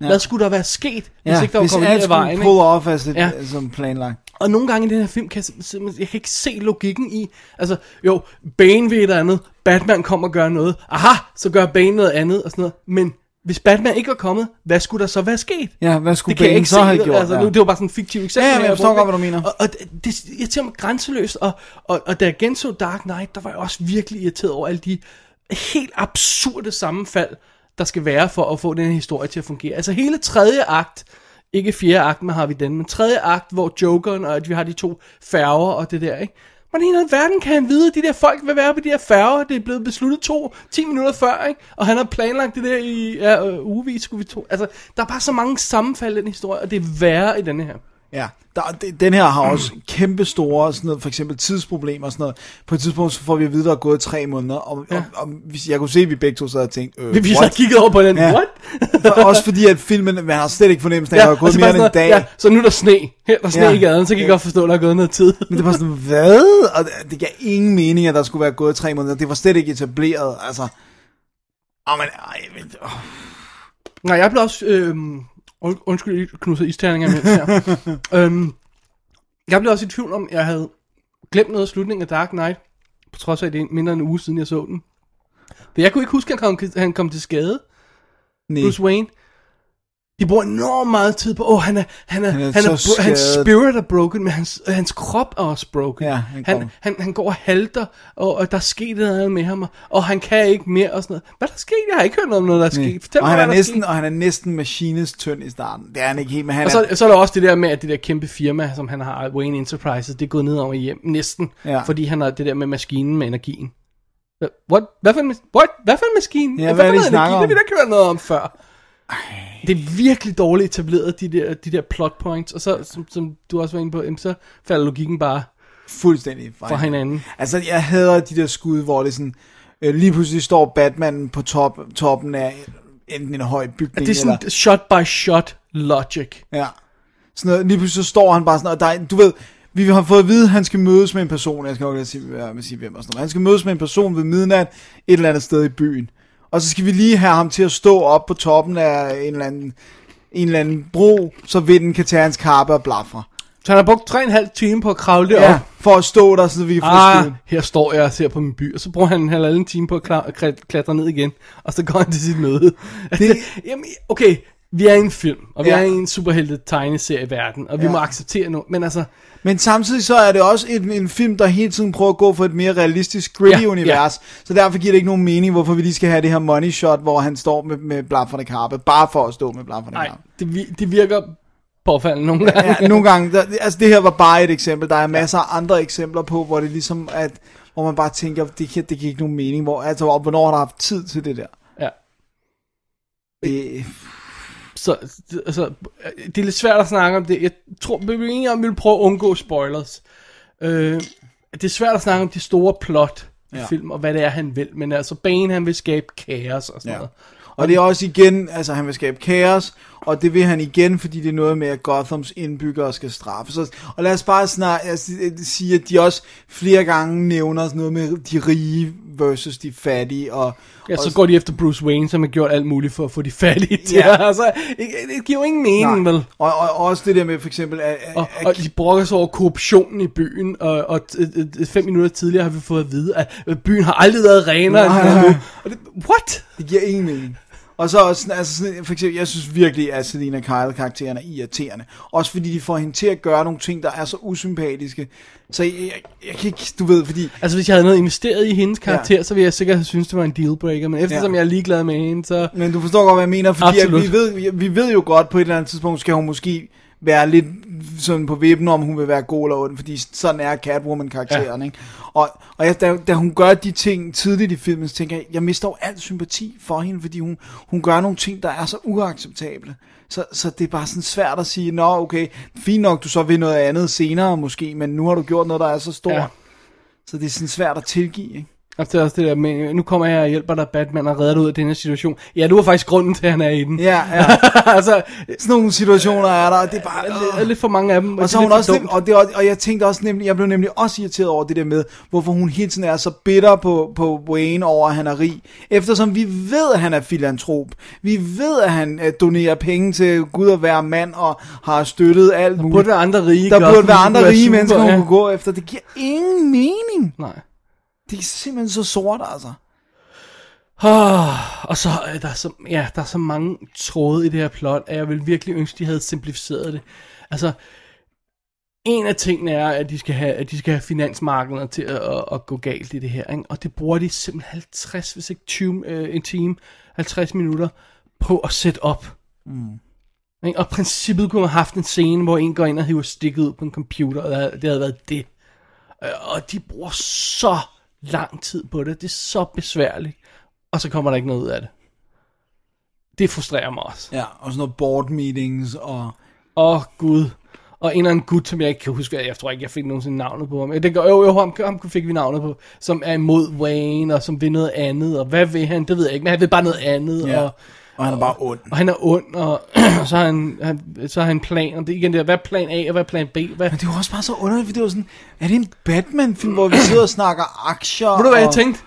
D: Ja. Hvad skulle der være sket, hvis ikke der var
C: hvis
D: kommet
C: alt
D: ned ad
C: skulle
D: vejen? ikke?
C: pull off as it, ja.
D: Ja.
C: som planlagt.
D: Og nogle gange i den her film, kan jeg, sim- simpelthen- jeg kan ikke se logikken i, altså jo, Bane ved et eller andet, Batman kommer og gør noget, aha, så gør Bane noget andet og sådan noget, men hvis Batman ikke var kommet, hvad skulle der så være sket?
C: Ja, hvad skulle
D: Det kan jeg
C: Bane
D: ikke
C: så
D: se.
C: have gjort?
D: altså, nu, det var bare sådan en fiktiv eksempel.
C: Ja, ja, men jeg
D: her,
C: forstår
D: brugte,
C: godt, hvad du
D: ikke?
C: mener.
D: Og, og det- det irriterer mig grænseløst. Og, og, og da jeg genså Dark Knight, der var jeg også virkelig irriteret over alle de helt absurde sammenfald, der skal være for at få den her historie til at fungere. Altså hele tredje akt, ikke fjerde akt med Harvey Dent, men tredje akt, hvor Jokeren og at vi har de to færger og det der, ikke? Hvordan i hele verden kan han vide, at de der folk vil være på de der færger? Det er blevet besluttet to, 10 minutter før, ikke? Og han har planlagt det der i ja, øh, ugevis, skulle vi to. Altså, der er bare så mange sammenfald i den historie, og det er værre i denne her.
C: Ja, der, de- den her har også kæmpe store, sådan noget, for eksempel tidsproblemer og sådan noget. På et tidspunkt så får vi at vide, der er gået tre måneder, og, ja. og, og hvis- jeg kunne se, at vi begge to sad og tænkte, øh,
D: Vi
C: what?
D: har kigget over på den.
C: Ja.
D: Ja. What?
C: For- også fordi, at filmen, man har slet ikke fornemmelsen af, at der er
D: og
C: gået
D: så
C: mere
D: altså, bare
C: end en
D: sådan
C: dag.
D: noget, Ja, så nu er der sne. Her er der sne
C: Ja.
D: ja. i gaden, så kan jeg godt forstå, at der er gået noget tid.
C: Men det var sådan, hvad? Og det- det gav ingen mening, at der skulle være gået tre måneder. Det var slet ikke etableret, altså. Åh, men, ej, men, åh.
D: Nej, jeg blev også... Øhm, und- undskyld, jeg knuser isterninger imens her. øhm, jeg blev også i tvivl om, jeg havde glemt noget af slutningen af Dark Knight. på trods af, at det er mindre end en uge siden, jeg så den. For jeg kunne ikke huske, at han kom, han kom til skade,
C: Nej.
D: Bruce Wayne. De bruger enormt meget tid på, åh, oh, han er, han er, han
C: er
D: er, han er
C: så
D: bro- hans
C: skadet."
D: spirit er broken, men hans, øh, hans krop er også broken.
C: Ja, han
D: han, han,
C: kommer.
D: han, han går og halter, og, og der er sket noget med ham, og, og han kan ikke mere, og sådan noget. Hvad er der sket? Jeg har ikke hørt noget om noget, der er sket. Fortæl
C: Og
D: mig,
C: han
D: hvad
C: er
D: der
C: næsten,
D: sket. Altså,
C: og han er næsten machinist tynd i starten. Det er han ikke helt, men han
D: Og så,
C: er...
D: så er der også det der med, at det der kæmpe firma, som han har, Wayne Enterprises, det er gået ned over hjem, næsten,
C: Ja.
D: fordi han har det der med maskinen med energien. Hva- What? Hvad for en, mas- what? Hvad for en maskine?
C: Ja,
D: Hvad
C: hvad er
D: for
C: det, I
D: noget
C: snakker
D: energi? Det har
C: om?
D: vi da ikke hørt noget om før. Det er virkelig dårligt etableret, de der, de der plot points, og så, som, som du også var inde på, jamen, så falder logikken bare
C: Fuldstændig
D: fra hinanden.
C: Altså, jeg hader de der skud, hvor det sådan... Øh, lige pludselig står Batman på top, toppen af enten en høj bygning
D: Det er
C: eller...
D: sådan shot by shot logic.
C: Ja. Sådan noget, lige pludselig så står han bare sådan, og der er, du ved, vi har fået at vide, at han skal mødes med en person, jeg skal nok ikke sige, hvad jeg vil sige hvem og sådan noget, men han skal mødes med en person ved midnat, et eller andet sted i byen. Og så skal vi lige have ham til at stå op på toppen af en eller anden, en eller anden bro, så vinden kan tage hans kappe og blafre.
D: Så han har brugt 3,5 timer på at kravle derop.
C: Ja, for at stå der, så vi kan få
D: Ah,
C: skylden.
D: her står jeg og ser på min by, og så bruger han en halvanden time på at kla- klat- klatre ned igen, og så går han til sit møde. Det... Jamen, okay, vi er i en film, og vi
C: Ja.
D: er i en superhelte tegneserie i verden, og vi
C: Ja.
D: ja. må acceptere noget, men altså,
C: Men samtidig så er det også en, en film, der hele tiden prøver at gå for et mere realistisk, gritty
D: Ja,
C: univers. Så derfor giver det ikke nogen mening, hvorfor vi lige skal have det her money shot, hvor han står med, med blafrende kappe, bare for at stå med blafrende
D: nej,
C: kappe.
D: det, vi- det virker påfaldende nogle gange.
C: ja, nogle gange, der, altså det her var bare et eksempel, der er masser af andre eksempler på, hvor det ligesom, at, hvor man bare tænker, det, kan, det giver ikke nogen mening, hvor, altså hvor- hvornår har der haft tid til det der?
D: Ja.
C: Det,
D: Så, det- altså, det er lidt svært at snakke om det. Jeg tror, vi er enige om, at vi vil prøve at undgå spoilers. Øh, det er svært at snakke om de store plot i
C: Ja.
D: ja. film, og hvad det er, han vil, men altså, Bane, han vil skabe kaos og sådan
C: Ja.
D: ja. noget.
C: og det er også igen, altså han vil skabe kaos, og det vil han igen, fordi det er noget med, at Gothams indbyggere skal straffes. Og- Og lad os bare snart altså, sige, at de også flere gange nævner sådan noget med de rige versus de fattige, og
D: Ja, så
C: og-
D: går de efter Bruce Wayne, som har gjort alt muligt for at få de fattige til.
C: Ja.
D: Ja. Altså, det, det giver jo ingen mening,
C: Nej.
D: vel?
C: Og, og, og, også det der med for eksempel, at, at,
D: Og,
C: at
D: og de brokker sig over korruptionen i byen, og, og t- t- t- fem minutter tidligere har vi fået at vide, at øh, byen har aldrig været renere
C: Nej.
D: end den er nu. Og det, what?
C: Det giver ingen mening. Og så også, sådan- altså sådan, for eksempel, jeg synes virkelig, at Selina Kyle-karakteren er irriterende. Også fordi de får hende til at gøre nogle ting, der er så usympatiske. Så jeg, jeg, jeg kan ikke, du ved, fordi...
D: Altså, hvis jeg havde noget investeret i hendes karakter,
C: Ja.
D: ja. så ville jeg sikkert have syntes, det var en dealbreaker, men eftersom
C: Ja.
D: ja. jeg er ligeglad med hende, så...
C: Men du forstår godt, hvad jeg mener, fordi at
D: Absolut.
C: vi, ved, vi ved jo godt, på et eller andet tidspunkt skal hun måske være lidt sådan på vippen, om hun vil være god eller ond, fordi sådan er Catwoman-karakteren, ja. ikke? Og, og jeg, da, da hun gør de ting tidligt i filmen, så tænker jeg, jeg mister jo al sympati for hende, fordi hun, hun gør nogle ting, der er så uacceptable. Så, så det er bare sådan svært at sige, nå okay, fint nok, du så vil noget andet senere måske, men nu har du gjort noget, der er så stort. Ja.
D: Ja.
C: Så det er sådan svært at tilgive, ikke?
D: Og så er også det der med, nu kommer jeg og hjælper dig, Batman, og redder dig ud af den her situation. Ja, du er faktisk grunden til, at han er i den.
C: Ja, ja.
D: altså,
C: Sådan nogle situationer er der, og det er bare...
D: der er lidt for mange af dem.
C: Og, så
D: det
C: er
D: er
C: hun
D: lidt
C: også
D: for
C: nem,
D: dumt.
C: og, det, er- og jeg tænkte også nemlig, jeg blev nemlig også irriteret over det der med, hvorfor hun hele tiden er så bitter på, på Wayne over, at han er rig. Eftersom vi ved, at han er filantrop. Vi ved, at han øh, donerer penge til Gud og hver mand, og har støttet alt
D: Der
C: muligt.
D: burde være andre rige
C: der
D: Gotham,
C: burde være
D: som
C: andre
D: kunne
C: rige
D: super,
C: mennesker, hun
D: ja.
C: kunne gå efter. Det giver ingen mening.
D: Nej.
C: Det er simpelthen så sort, altså.
D: Oh, og så er der så, ja, der er så mange tråde i det her plot, at jeg vil virkelig ønske, de havde simplificeret det. Altså, en af tingene er, at de skal have, at de skal have finansmarkederne til at, at, at gå galt i det her. Ikke? Og det bruger de simpelthen 50, hvis ikke 20, øh, en time, 50 minutter på at sætte op. Mm. Ikke? Og princippet kunne man have haft en scene, hvor en går ind og hiver stikket ud på en computer, og det havde- det havde været det. Øh, Og de bruger så lang tid på det. Det er så besværligt. Og så kommer der ikke noget ud af det. Det frustrerer mig også.
C: Ja, og sådan noget board meetings, og...
D: Åh, oh, Gud. Og en eller anden gut, som jeg ikke kan huske, jeg tror ikke, jeg fik nogensinde navnet på ham. Ja, Det gør, jo, jo, ham, ham fik vi navnet på, som er imod Wayne, og som vil noget andet, og hvad vil han, det ved jeg ikke, men han vil bare noget andet,
C: Ja.
D: og,
C: Og han er bare ond.
D: og han er ond, og, og så, har han, han, så har han en plan, og det er igen det der, hvad er plan A, og hvad er plan B, hvad,
C: Men det var også bare så underligt, for det var sådan, er det en Batman-film, hvor vi sidder og snakker aktier?
D: Ved du, hvad
C: og...
D: jeg tænkte?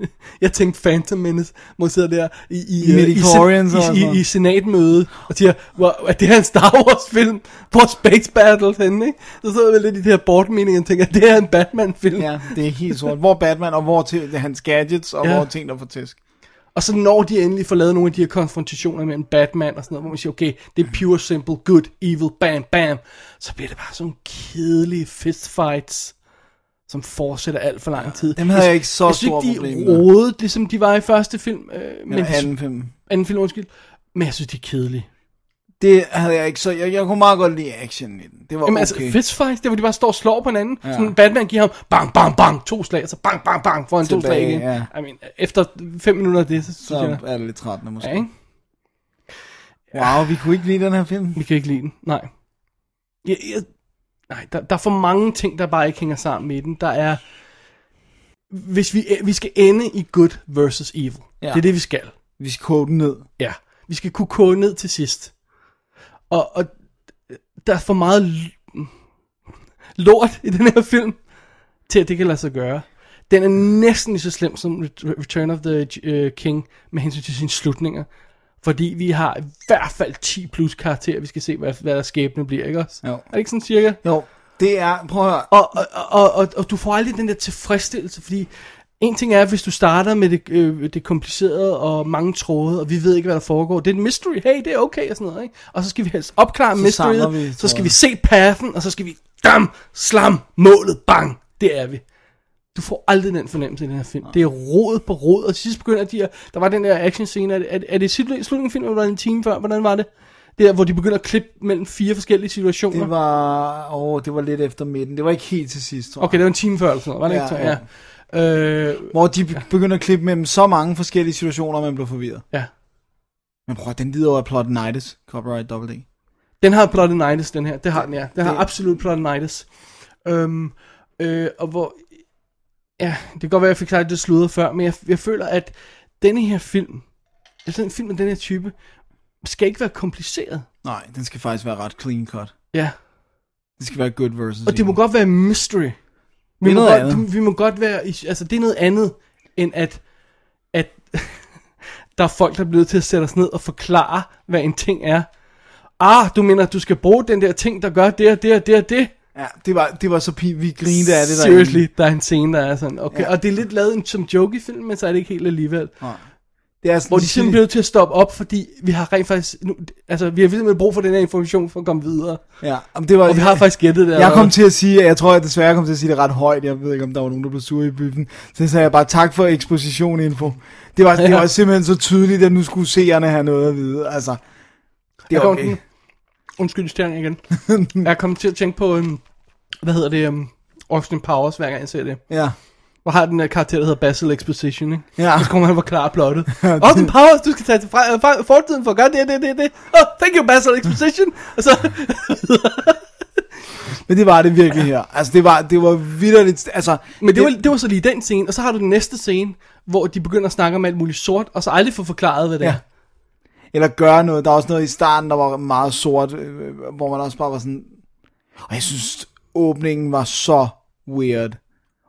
D: jeg tænkte Phantom Menace, hvor han sidder der i, i, øh, i,
C: Midichlorians og
D: i,
C: sådan
D: i,
C: noget.
D: i, i senatmøde, og siger, hvor, at det her er en Star Wars film, hvor Space Battles henne, ikke? Så sidder jeg lidt i de her board meeting og tænker, at det her er en Batman film.
C: Ja, det er helt sort. Hvor Batman, og hvor til, hans gadgets, og
D: Ja.
C: ja. hvor ting, der får tæsk.
D: Og så når de endelig får lavet nogle af de her konfrontationer mellem Batman og sådan noget, hvor man siger, okay, det er pure, simple, good, evil, bam, bam, så bliver det bare sådan nogle kedelige fistfights, som fortsætter alt for lang tid.
C: Dem havde jeg ikke så
D: jeg synes
C: store
D: ikke,
C: problemer med.
D: de rodede, ligesom de var i første film, øh, men
C: Men
D: ja, anden.
C: anden film.
D: anden film, undskyld. Men jeg synes, de er kedelige.
C: Det havde jeg ikke så... Jeg, jeg kunne meget godt lide action i den. Det var
D: Jamen
C: okay.
D: altså, fistfights, det er, hvor de bare står og slår på hinanden. Ja.
C: Ja.
D: Sådan Batman giver ham bang, bang, bang, to slag, og så bang, bang, bang, for en to
C: Tilbage,
D: slag igen.
C: ja.
D: I mean, efter fem minutter af det, så synes
C: Så
D: så, jeg,
C: er det lidt trættende måske.
D: ja, ikke?
C: Wow, vi kunne ikke lide den her film.
D: Vi kan ikke lide den, nej. Jeg, jeg, nej, der, der er for mange ting, der bare ikke hænger sammen i den. Der er... Hvis vi, vi skal ende i good versus evil. Ja.
C: Ja.
D: Det er det, vi skal.
C: Vi skal kode den ned.
D: Ja. Vi skal kunne kode ned til sidst. Og, og der er for meget l- lort i den her film, til at det kan lade sig gøre. Den er næsten lige så slem som Ret- Return of the øh, King med hensyn til sine slutninger. Fordi vi har i hvert fald 10 plus karakterer, vi skal se, hvad, hvad der skæbne bliver, ikke også?
C: Jo.
D: Er det ikke sådan cirka?
C: Jo, det er... Prøv at høre.
D: Og, og, og, og, og du får aldrig den der tilfredsstillelse, fordi en ting er, hvis du starter med det, øh, det komplicerede og mange tråde, og vi ved ikke, hvad der foregår. Det er et mystery. Hey, det er okay og sådan noget, ikke? Og så skal vi helst opklare
C: Så samler
D: mysteryet,
C: vi
D: så skal
C: tråden.
D: vi se pathen, og så skal vi dam, slam, målet, bang. Det er vi. Du får aldrig den fornemmelse i den her film. Det er rod på rod, og til sidst begynder de at, der var den der action scene, er det, er det, er det i slutningen af filmen, eller var det en time før, hvordan var det? Det der, hvor de begynder at klippe mellem fire forskellige situationer.
C: Det var... Åh, det var lidt efter midten. Det var ikke helt til sidst, tror jeg.
D: Okay, det var en time før eller sådan noget, var det
C: Ja,
D: ja, ikke? Ja. Ja. Øh,
C: Hvor de be- begynder at klippe mellem så mange forskellige situationer, man bliver forvirret.
D: ja.
C: Men prøv at den lider over af plotinitis. Copyright dobbelt D.
D: Den har plotinitis, den her. Det har den, ja. Den har absolut plotinitis. Øhm, øh, og hvor... Ja, det kan godt være, jeg fik sagt det sludder før, men jeg, jeg føler, at denne her film, altså en film af den her type, skal ikke være kompliceret.
C: Nej, den skal faktisk være ret clean cut.
D: Ja.
C: Det skal være good versus
D: Og det må
C: evil.
D: godt være mystery. Vi,
C: Det er
D: må,
C: noget
D: godt,
C: andet.
D: vi må godt være... i- Altså, det er noget andet, end at, at der er folk, der er blevet til at sætte os ned og forklare, hvad en ting er. Ah, du mener, at du skal bruge den der ting, der gør det og det og det og det?
C: Ja, det var, det var så pin. Vi grinede af det derinde.
D: Seriously, der er en scene, der er sådan. Okay. Ja.
C: Ja.
D: Og det er lidt lavet en- som joke i filmen, men så er det ikke helt alligevel.
C: Nej. Det er sådan,
D: Hvor de simpelthen bliver nødt til at stoppe op, fordi vi har rent faktisk... Nu, altså, vi har simpelthen brug for den her information for at komme videre.
C: Ja, om det var...
D: Og vi har faktisk gættet det.
C: Jeg kom til at sige, at jeg tror, at desværre jeg kom til at sige det ret højt. Jeg ved ikke, om der var nogen, der blev sure i byen. Så sagde jeg bare, tak for ekspositioninfo. Det var, det
D: Ja.
C: var simpelthen så tydeligt, at nu skulle seerne have noget at vide. Altså, det er
D: Jeg
C: okay.
D: kom- Undskyld, Stjerne igen. jeg kom til at tænke på, um, hvad hedder det, um, Austin Powers, hver gang jeg ser det.
C: Ja.
D: Hvor har den der karakter, der hedder Basil Exposition, ikke?
C: Ja.
D: Og så kommer han og forklarer plottet. Austin Powers, du skal tage til fra, øh, fra, fortiden for at gøre det, det, det, det. Oh, thank you, Basil Exposition. Og så,
C: Men det var det virkelig her. Altså, det var, det var vidderligt... Altså,
D: Men det var, det var så lige den scene, og så har du den næste scene, hvor de begynder at snakke om alt muligt sort, og så aldrig får forklaret, hvad det ja.
C: Ja.
D: er.
C: eller gøre noget. Der var også noget i starten, der var meget sort, øh, hvor man også bare var sådan... Og jeg synes, åbningen var så weird.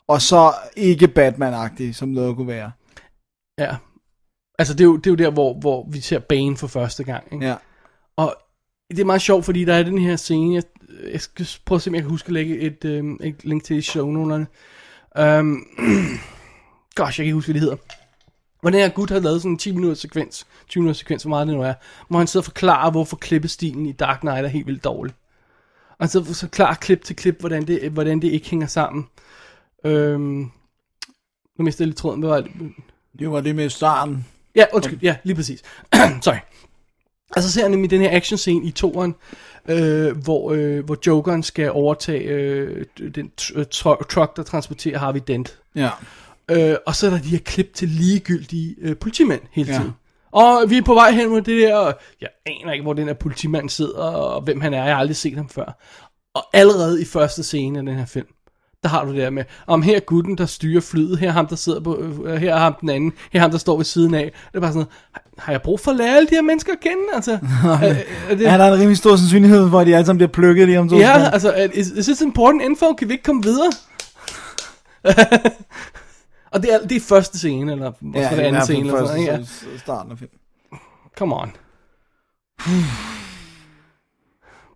C: Og så ikke Batman-agtig, som noget kunne være.
D: Ja. Altså, det er jo, det er jo der, hvor, hvor vi ser Bane for første gang. Ikke?
C: Ja.
D: Og det er meget sjovt, fordi der er den her scene, jeg, jeg skal prøve at se, om jeg kan huske at lægge et, øh, et link til i shownoterne. Um, gosh, jeg kan ikke huske, hvad det hedder. Hvor den her gut har lavet sådan en 10 minutters sekvens, 20 minutters sekvens, hvor meget det nu er, hvor han sidder og forklarer, hvorfor klippestilen i Dark Knight er helt vildt dårlig. Og han sidder og forklarer klip til klip, hvordan det, hvordan det ikke hænger sammen. Øhm, nu mister jeg lidt tråden, hvad var det?
C: Det var det med starten.
D: Ja, undskyld. Ja, lige præcis. Sorry. Og så ser jeg nemlig den her action scene i toeren, øh, hvor, øh, hvor Jokeren skal overtage øh, den tr- øh, tru- truck, der transporterer Harvey Dent.
C: Ja.
D: Øh, og så er der de her klip til ligegyldige øh, politimænd hele
C: Ja.
D: tiden. Og vi er på vej hen mod det der, og jeg aner ikke, hvor den her politimand sidder, og hvem han er, jeg har aldrig set ham før. Og allerede i første scene af den her film, der har du det der med, om her er gutten, der styrer flyet, her er ham, der sidder på, øh, her er ham den anden, her er ham, der står ved siden af. Det er bare sådan, noget, har jeg brug for at lære alle de her mennesker at kende, altså? er, er det,
C: Ja, der er en rimelig stor sandsynlighed for, at de alle sammen bliver plukket lige om to
D: Ja,
C: sekunder.
D: altså, er- is, is this important info? Kan vi ikke komme videre? Og det er, det er første scene, eller måske ja,
C: i
D: det anden
C: hvert fald
D: scene. Eller sådan, noget, ikke?
C: første- starten af filmen.
D: Come on.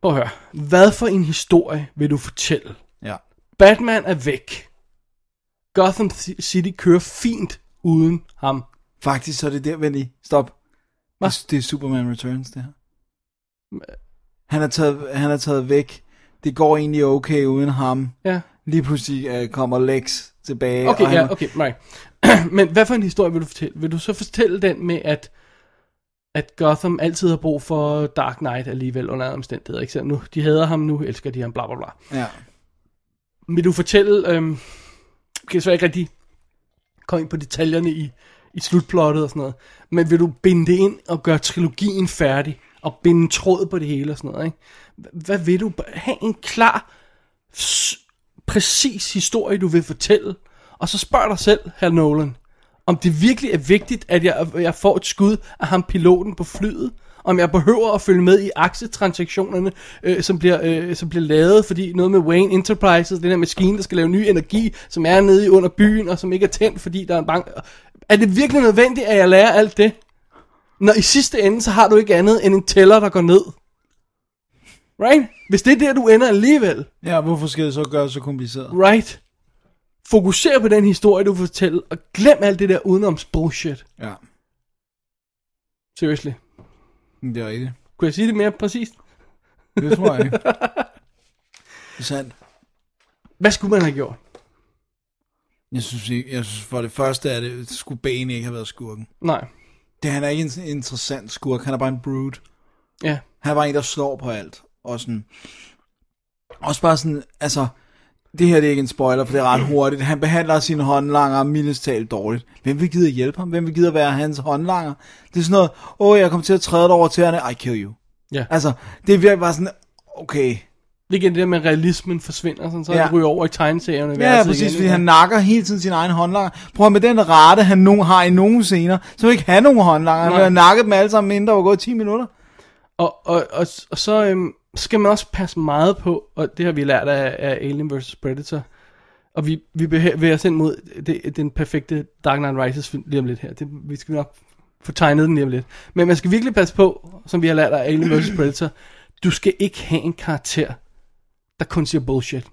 D: Prøv at høre. Hvad for en historie vil du fortælle?
C: Ja.
D: Batman er væk. Gotham City kører fint uden ham.
C: Faktisk så er det der, vel lige. Stop.
D: Hvad?
C: Det, det er Superman Returns, det her. Han er, taget, han er taget væk. Det går egentlig okay uden ham.
D: Ja.
C: Lige pludselig øh, kommer Lex tilbage.
D: Okay,
C: og han,
D: ja, okay, nej. Men hvad for en historie vil du fortælle? Vil du så fortælle den med, at, at Gotham altid har brug for Dark Knight alligevel under alle omstændigheder? Ikke? Så nu, de hader ham, nu elsker de ham, bla bla bla.
C: ja.
D: Vil du fortælle, øhm, kan jeg så ikke rigtig komme ind på detaljerne i, i slutplottet og sådan noget, men vil du binde det ind og gøre trilogien færdig, og binde en tråd på det hele og sådan noget, ikke? H- Hvad vil du? Have en klar, s- præcis historie, du vil fortælle, og så spørg dig selv, herr Nolan, om det virkelig er vigtigt, at jeg, jeg får et skud af ham piloten på flyet, om jeg behøver at følge med i aktietransaktionerne, øh, som, bliver, øh, som bliver lavet, fordi noget med Wayne Enterprises, den her maskine, der skal lave ny energi, som er nede under byen, og som ikke er tændt, fordi der er en bank. Er det virkelig nødvendigt, at jeg lærer alt det? Når i sidste ende, så har du ikke andet end en tæller, der går ned. Right? Hvis det er der, du ender alligevel,
C: ja, hvorfor skal det så gøre så kompliceret?
D: Right. Fokuser på den historie, du fortæller, og glem alt det der udenoms bullshit.
C: Ja,
D: Seriously.
C: men det er rigtigt.
D: Kunne jeg sige det mere præcist?
C: Det tror jeg ikke. Det er sandt.
D: Hvad skulle man have gjort?
C: Jeg synes, ikke, jeg synes for det første, at det skulle Bane ikke have været skurken.
D: Nej.
C: Det, han er ikke en sådan interessant skurk, han er bare en brute.
D: Ja.
C: Han er bare en, der slår på alt. Og sådan, også bare sådan, altså, det her det er ikke en spoiler, for det er ret hurtigt. Han behandler sine håndlanger mildest talt dårligt. Hvem vil gide at hjælpe ham? Hvem vil gide at være hans håndlanger? Det er sådan noget, åh, oh, jeg kommer til at træde dig over tæerne. I kill you.
D: Ja.
C: Altså, det virker bare sådan, okay.
D: Det igen det der med, at realismen forsvinder, sådan, så
C: Ja.
D: ja. ryger over i tegneserierne.
C: Ja, præcis, fordi han nakker hele tiden sin egen håndlanger. Prøv at med den rate, han nogen har i nogen scener, så vil ikke have nogen håndlanger. Han
D: Nej.
C: vil have nakket dem alle sammen, inden der var gået 10 minutter.
D: Og, og, og, og så øhm, skal man også passe meget på, og det har vi lært af, af Alien vs. Predator, og vi, vi bevæger os ind mod det, den perfekte Dark Knight Rises film lige om lidt her. Det, vi skal nok få tegnet den lige om lidt. Men man skal virkelig passe på, som vi har lært af Alien vs. Predator, du skal ikke have en karakter, der kun siger bullshit.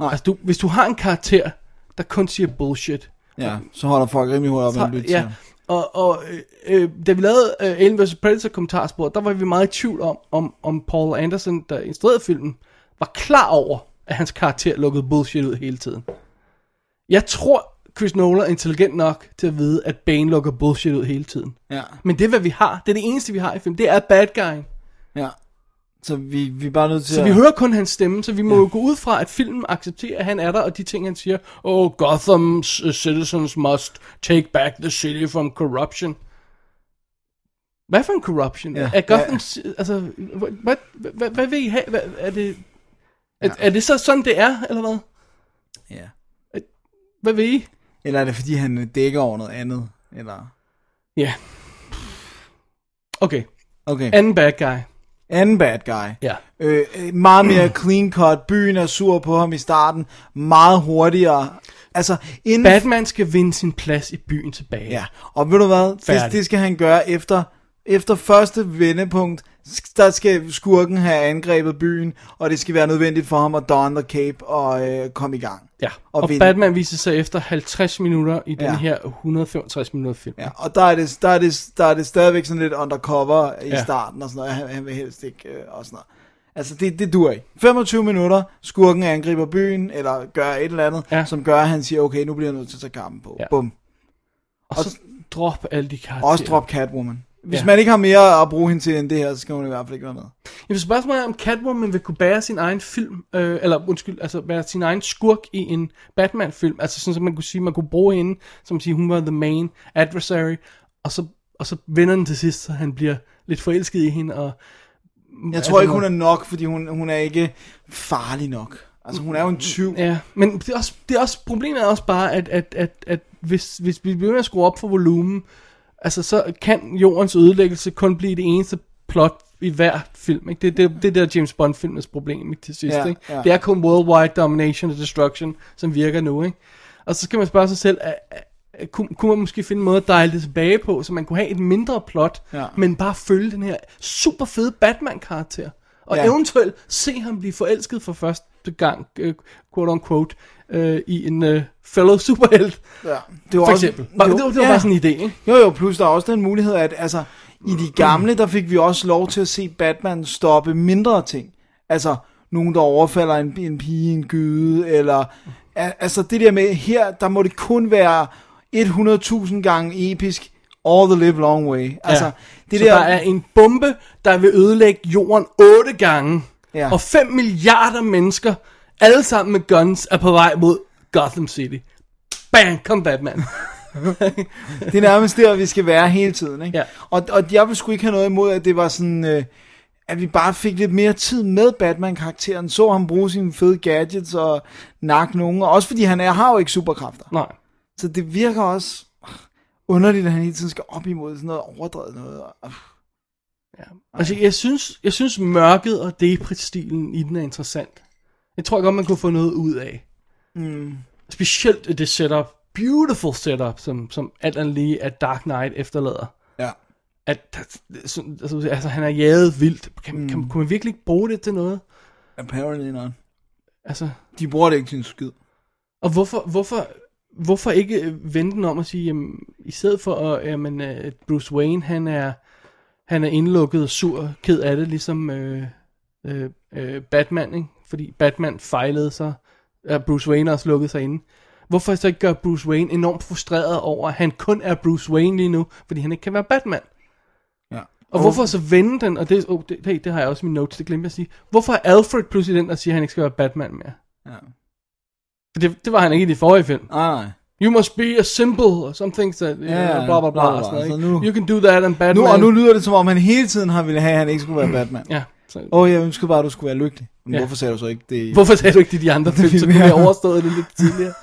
C: Nej.
D: Altså, du, hvis du har en karakter, der kun siger bullshit,
C: Ja, så holder folk rimelig hurtigt op med at
D: så-
C: lytte til
D: ja.
C: ham.
D: Og, og øh, øh, da vi lavede øh, Alien vs. Predator kommentarspor, der var vi meget i tvivl om, om, om Paul Anderson, der instruerede filmen, var klar over, at hans karakter lukkede bullshit ud hele tiden. Jeg tror, Chris Nolan er intelligent nok til at vide, at Bane lukker bullshit ud hele tiden.
C: Ja,
D: Men det er, hvad vi har. Det er det eneste, vi har i filmen. Det er bad guy.
C: ja. Så vi, vi er bare nødt til
D: Så
C: at...
D: vi hører kun hans stemme, så vi må jo gå ud fra, at filmen accepterer, at han er der, og de ting, han siger. Oh, Gotham's uh, citizens must take back the city from corruption. Hvad for en corruption?
C: Ja,
D: Ja, er Gotham... Ja. Altså, hvad, hvad, hvad, hvad vil I have? Hvad, er, det, er, er det så sådan, det er, eller hvad?
C: Ja.
D: Hvad vil I?
C: Eller er det, fordi han øh, dækker over noget andet? Eller...
D: Ja. Okay,
C: Okay,
D: anden bad guy.
C: anden bad guy.
D: Ja.
C: Øh, øh, meget mere clean cut. Byen er sur på ham i starten. Meget hurtigere. Altså, inden...
D: Batman skal vinde sin plads i byen tilbage.
C: Ja, og ved du hvad? Det,
D: Færdig.
C: det skal han gøre efter, efter første vendepunkt. sk- Der skal skurken have angrebet byen, og det skal være nødvendigt for ham at don the cape og øh, komme i gang.
D: Ja,
C: Og
D: og, og
C: vinde.
D: Batman viser sig efter 50 minutter i den
C: Ja.
D: her 165 minutter film.
C: Ja, og der er, det, der, er det, der er det stadigvæk sådan lidt undercover i ja.
D: Ja.
C: starten og sådan noget. Han, han vil helst ikke øh, og sådan noget. Altså, det, det dur ikke. 25 minutter, skurken angriber byen, eller gør et eller andet, ja.
D: Ja.
C: som gør, at han siger, okay, nu bliver jeg nødt til at tage kampen på. Ja.
D: Ja.
C: Bum.
D: Og så drop alle de karakterer.
C: Også drop Catwoman. Hvis ja.
D: Ja.
C: man ikke har mere at bruge hende til end det her, så skal hun i hvert fald ikke være med.
D: Jamen spørgsmålet er, om Catwoman vil kunne bære sin egen film, øh, eller undskyld, altså være sin egen skurk i en Batman-film. Altså sådan, at man kunne sige, man kunne bruge hende, som at sige, hun var the main adversary, og så, og så vinder den til sidst, så han bliver lidt forelsket i hende, og
C: Jeg tror ikke, hun er nok, fordi hun, hun er ikke farlig nok. Altså, hun er jo en tyv.
D: Ja, men det er også, det er også, problemet er også bare, at, at, at, at hvis, hvis vi begynder at skrue op for volumen, altså så kan jordens ødelæggelse kun blive det eneste plot i hver film. Ikke? Det, det, det er der James Bond-filmens problem ikke, til sidst.
C: Ja,
D: ikke?
C: ja.
D: Det er kun worldwide domination og destruction, som virker nu. Ikke? Og så skal man spørge sig selv, er, er, kunne, kunne man måske finde en måde at dial det tilbage på, så man kunne have et mindre plot,
C: Ja.
D: men bare følge den her super fede Batman-karakter. Og
C: Ja.
D: ja. eventuelt se ham blive forelsket for første gang, øh, quote on quote, øh, i en øh, fellow superhelt,
C: Ja. Det var
D: for eksempel. Bare, det, var, det var
C: ja.
D: bare sådan en idé, ikke?
C: Jo, jo, plus der er også den mulighed, at altså, i de gamle, der fik vi også lov til at se Batman stoppe mindre ting. Altså, nogen, der overfalder en, en pige i en gyde, eller... al- Altså, det der med, her, der må det kun være 100.000 gange episk, all the live long way. Altså, det
D: så
C: der...
D: der er en bombe, der vil ødelægge jorden otte gange,
C: Ja.
D: og 5 milliarder mennesker, alle sammen med guns, er på vej mod Gotham City. Bang, kom Batman.
C: Det er nærmest der, vi skal være hele tiden, ikke?
D: Ja.
C: Og, og jeg ville sgu ikke have noget imod, at det var sådan... Øh, at vi bare fik lidt mere tid med Batman-karakteren, så ham bruge sine fede gadgets og nakke nogen, og også fordi han er, har jo ikke superkræfter.
D: Nej.
C: Så det virker også underligt, at han hele tiden skal op imod sådan noget overdrevet noget. Og-
D: Altså, jeg synes, jeg synes mørket og depret-stilen i den er interessant. Jeg tror godt, man kunne få noget ud af. Mm. Specielt det setup, beautiful setup, som, som alt andet lige, at Dark Knight efterlader.
C: Ja.
D: At, der- sådan- altså, altså, han er jaget vildt. Kan, mm. kan, kunne man virkelig ikke bruge det til noget?
C: Apparently not.
D: Altså,
C: De bruger det ikke til en skid.
D: Og hvorfor, hvorfor, hvorfor ikke øh, vende den om og sige, jamen, i stedet for at jamen, øh, at Bruce Wayne, han er, han er indlukket og sur, ked af det, ligesom øh, øh, øh, Batman, ikke? fordi Batman fejlede sig, og Bruce Wayne har også lukket sig inde. Hvorfor så ikke gøre Bruce Wayne enormt frustreret over, at han kun er Bruce Wayne lige nu, fordi han ikke kan være Batman?
C: Ja.
D: Og hvorfor så vende den, og det, oh, det, hey, det har jeg også i mine notes, det glemte jeg at sige. Hvorfor er Alfred pludselig den, der siger, at han ikke skal være Batman mere?
C: Ja.
D: For det, det var han ikke i de forrige film.
C: Ah, nej.
D: You must be a symbol, or something, that, yeah,
C: Ja,
D: yeah, bla bla bla,
C: bla,
D: og sådan noget,
C: så
D: ikke?
C: nu-
D: You can do that and Batman.
C: Nu, og nu lyder det, som om han hele tiden har ville have, at han ikke skulle være Batman.
D: Ja, så...
C: Åh, oh, jeg ønskede bare, at du skulle være lykkelig. Men ja.
D: Ja.
C: hvorfor sagde du så ikke det?
D: Hvorfor sagde du ikke det i de andre film, så kunne jeg have overstået det lidt tidligere?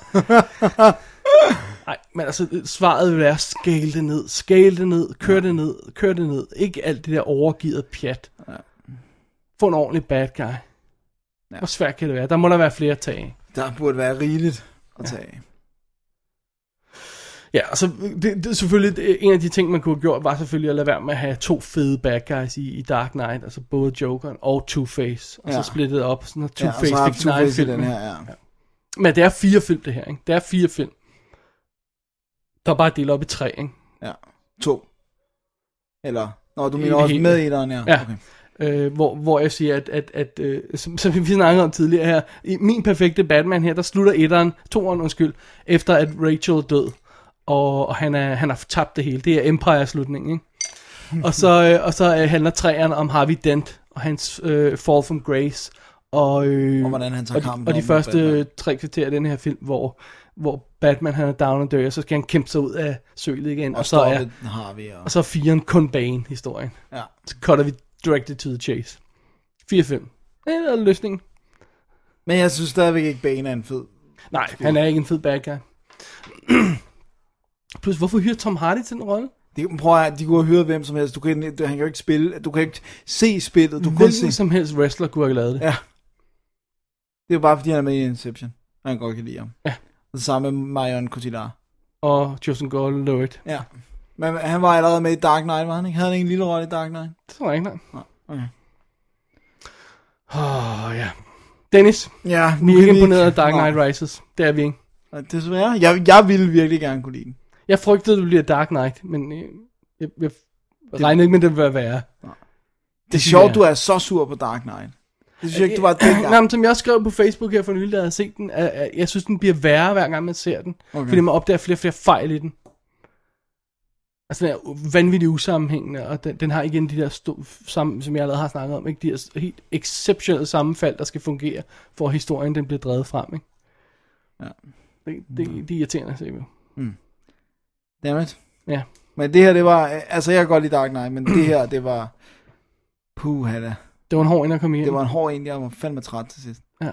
D: Nej, men altså, svaret vil være, scale det ned, scale det ned, kør det ned, kør det ned. Ikke alt det der overgivet pjat. Få en ordentlig bad guy. Hvor svært kan det være? Der må der være flere tag.
C: Der burde være rigeligt at tage.
D: Ja, altså, det, det er selvfølgelig det, en af de ting, man kunne have gjort, var selvfølgelig at lade være med at have to fede bad guys i, i Dark Knight, altså både Jokeren og Two-Face, og
C: Ja.
D: så splittet det op, sådan at
C: Ja, og så
D: Two-Face
C: har
D: ja,
C: vi
D: fik sin egen
C: Two-Face i
D: film.
C: den her, ja.
D: Men det er fire film, det her, ikke? Det er fire film. Der er bare delt op i tre, ikke?
C: ja. To. Eller... Nå, du
D: I
C: mener
D: det
C: også
D: hele.
C: med etteren, ja.
D: Ja.
C: Okay.
D: Øh, hvor, hvor jeg siger, at, at, at øh, som, som vi snakkede om tidligere her, i min perfekte Batman her, der slutter etteren, toeren undskyld, efter at Rachel er død, og, og han, er, han har tabt det hele. Det er Empire-slutningen, ikke? Og så, øh, og så øh, handler træerne om Harvey Dent og hans øh, Fall from Grace, og, øh,
C: Og hvordan han tager
D: og, de,
C: kampen
D: og de
C: op mod
D: første
C: Batman.
D: øh, tre kvarter af den her film, hvor, hvor Batman han er down and dirty, og så skal han kæmpe sig ud af sølet igen, og,
C: Og
D: så er,
C: stoppet har vi. Og...
D: og så er firen kun Bane-historien.
C: Ja.
D: Så cutter vi directly to the chase. 4-5. Det er løsningen.
C: Men jeg synes stadigvæk ikke, Bane er en fed...
D: Nej, han er ikke en fed bad guy. Plus, hvorfor hyrer Tom Hardy til den rolle?
C: De, prøv at høre, de kunne have hyret hvem som helst. Du kan, du, han kan jo ikke spille. Du kan ikke se spillet. Du kan kun se.
D: Hvilken som helst wrestler kunne have lavet det.
C: Ja. Det er jo bare fordi, han er med i Inception. Og han godt kan lide ham.
D: Ja.
C: Det samme med Marion Cotillard.
D: Og Joseph Gordon-Levitt.
C: Ja. Men han var allerede med i Dark Knight, var han ikke? Havde han ikke en lille rolle i Dark Knight?
D: Det tror jeg ikke, nej.
C: Nej. Okay.
D: Åh, oh, ja. Dennis,
C: Ja, nu
D: vi er
C: kan
D: ikke imponeret af Dark
C: Nå,
D: Knight Rises. Det er vi ikke.
C: Desværre. Jeg, jeg ville virkelig gerne kunne lide den.
D: Jeg frygtede, det bliver Dark Knight, men øh, jeg, jeg regnede ikke med, det ville være værre.
C: Det er
D: synes
C: sjovt,
D: jeg. Øh,
C: du er så sur på Dark Knight. Det synes jeg ikke, du var dengang.
D: Nej, men som jeg også skrev på Facebook her for nylig, da jeg havde set den, at, at jeg synes, den bliver værre, hver gang man ser den.
C: Okay.
D: Okay. Fordi man opdager flere og flere fejl i den. Altså, den er vanvittigt usammenhængende, og den, den har igen de der, sto- sammen, som jeg allerede har snakket om, ikke? de der helt exceptionelle sammenfald, der skal fungere, for at historien den bliver drevet frem. Ikke?
C: Ja.
D: Det, det, det er irriterende at se på.
C: Dammit.
D: Ja.
C: Men det her, det var... Altså, jeg kan godt lide Dark Knight, men det her, det var... Puh, Hanna.
D: Det var en hård ind at komme hjem.
C: Det var en hård en, jeg var fandme træt til sidst.
D: Ja.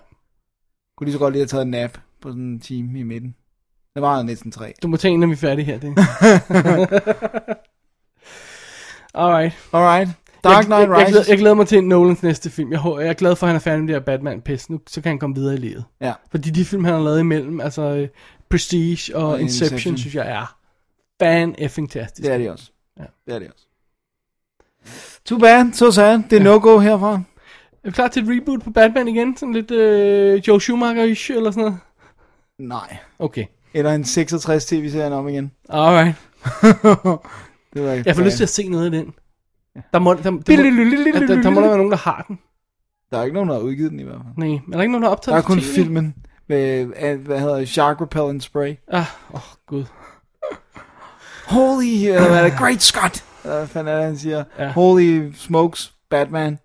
C: Kunne lige så godt lige have taget en nap på sådan en time i midten. Det var næsten tre.
D: Du må tage en, når vi er færdige her. Det. Alright.
C: Alright. Dark Knight
D: jeg, jeg, jeg, glæder,
C: Rises.
D: jeg glæder mig til Nolans næste film. Jeg, hå- jeg er glad for, at han er færdig med det her Batman-pis. Nu så kan han komme videre i livet.
C: Ja.
D: Fordi de film, han har lavet imellem, altså øh, Prestige og, og
C: Og
D: Inception, Inception,
C: Inception.
D: synes jeg er fan-effing-tastisk.
C: Det er de også.
D: Ja.
C: Det er de også. Too bad, so sad. Det er ja. no-go herfra.
D: Er vi klar til et reboot på Batman igen? Sådan lidt øh, Joe Schumacher-ish eller sådan noget?
C: Nej.
D: Okay.
C: Eller en 66 tv-serien om igen.
D: Alright.
C: Det var ikke
D: Jeg får lyst til at se noget af den. Der må, der, der, må, der, der, der må der være nogen, der har den.
C: Der er ikke nogen, der har udgivet den i hvert fald.
D: Nej, er der ikke nogen, der har optaget
C: Der er
D: den
C: kun
D: til TV?
C: filmen med, af- hvad hedder det, Shark Repellent Spray.
D: Ah, åh oh, gud.
C: Holy, eller hvad er det, Great Scott! Eller Hvad fanden er det, han siger?
D: Ja.
C: Ja. Holy smokes, Batman.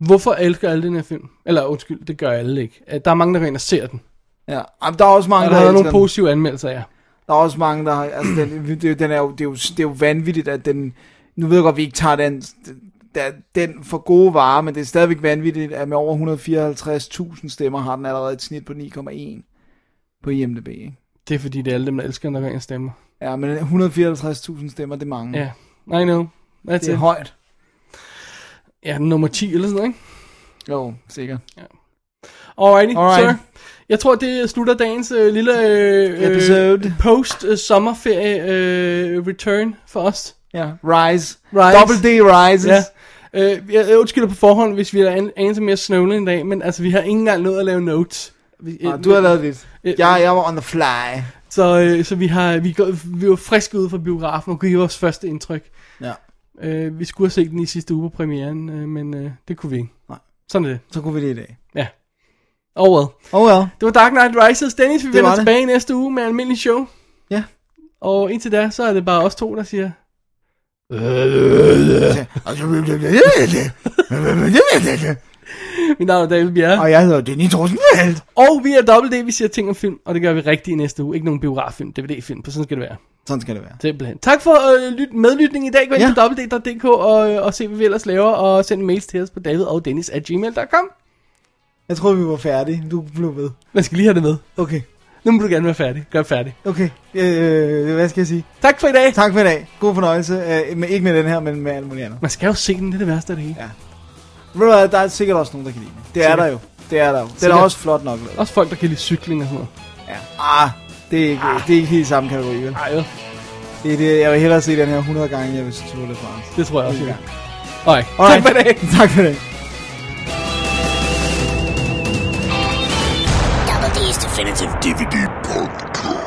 D: Hvorfor elsker alle den her film? Eller undskyld, det gør alle ikke. Øh, Der er mange, der går ind og ser den.
C: Ja, Jamen, der er også
D: Og
C: mange,
D: der
C: der,
D: har
C: der,
D: været nogle
C: elsker den.
D: positive anmeldelser, ja.
C: der er også mange, der har, altså, den, det, er jo- den er jo, det, er jo, det er jo vanvittigt, at den, nu ved jeg godt, at vi ikke tager den, der, den for gode varer, men det er stadigvæk vanvittigt, at med over 154.000 stemmer har den allerede et snit på 9,1 på IMDb, ikke?
D: Det er fordi, det er alle dem, der elsker den, der går ind og stemmer.
C: Ja, men 154.000 stemmer, det er mange.
D: Ja, I know. That's
C: Mm. Det er
D: it.
C: højt.
D: Ja, nummer 10 eller sådan noget, ikke?
C: Jo, sikkert.
D: Alrighty,
C: Alright.
D: sir. Jeg tror, det slutter dagens øh, lille øh, øh,
C: Episode.
D: post-sommerferie-return for os.
C: Ja. Rise.
D: Rise.
C: Double D rises.
D: Ja. Øh, jeg jeg undskylder på forhånd, hvis vi er en anelse mere snøvlende en dag, men altså, vi har ikke engang nået at lave notes. Vi,
C: Nå, Ah, du har lavet lidt.
D: Øh,
C: Jeg, jeg var on the fly.
D: Så, øh, så vi, har, vi, går, vi var friske ude fra biografen og kunne give vores første indtryk.
C: Ja.
D: Øh, vi skulle have set den i sidste uge på premieren, øh, men øh, det kunne vi ikke.
C: Nej.
D: Sådan er det.
C: Så kunne vi det i dag.
D: Ja. Oh well.
C: Oh well.
D: Det var Dark Knight Rises. Dennis, vi vender
C: var det.
D: tilbage næste uge med en almindelig show.
C: Ja.
D: Og indtil da, så er det bare os to, der siger...
C: Altså,
D: Mit navn er David Bjerre.
C: Og jeg hedder Dennis Rosenfeldt.
D: Og vi er dobbelt det, vi siger ting om film, og det gør vi rigtigt i næste uge. Ikke nogen biograffilm, DVD-film, for sådan skal det være.
C: Sådan skal det være.
D: Simpelthen. Tak for øh, lyt, medlytning i dag. Gå ind ja.
C: Ja.
D: på www.dk og, øh, og se, hvad vi ellers laver, og send mails til os på david og dennis at gmail.com.
C: Jeg troede, vi var færdige. Du blev ved.
D: Man skal lige have det med.
C: Okay.
D: Nu må du gerne være færdig. Gør færdig.
C: Okay. Øh, hvad skal jeg sige?
D: Tak for i dag.
C: Tak for i dag. God fornøjelse. Øh, med, ikke med den her, men med alt muligt andet.
D: Man skal jo se den, det er det værste af det hele.
C: Ja. Ved du hvad, der er sikkert også nogen, der kan lide den. Det er
D: Sikkert.
C: der jo. Det er der jo. Den
D: Sikkert.
C: er også flot nok lavet.
D: Også folk, der kan lide cykling og sådan noget.
C: Ja. Ah, det er, ikke, det er ikke helt i samme kategori, vel?
D: Ej, jo.
C: Det er det, jeg vil hellere se den her 100 gange, end jeg vil se Tour de France.
D: det tror jeg også.
C: Ja.
D: Ja. Alright.
C: Alright.
D: Tak for i dag.
C: Tak for det.
B: Double D's Definitive DVD Podcast.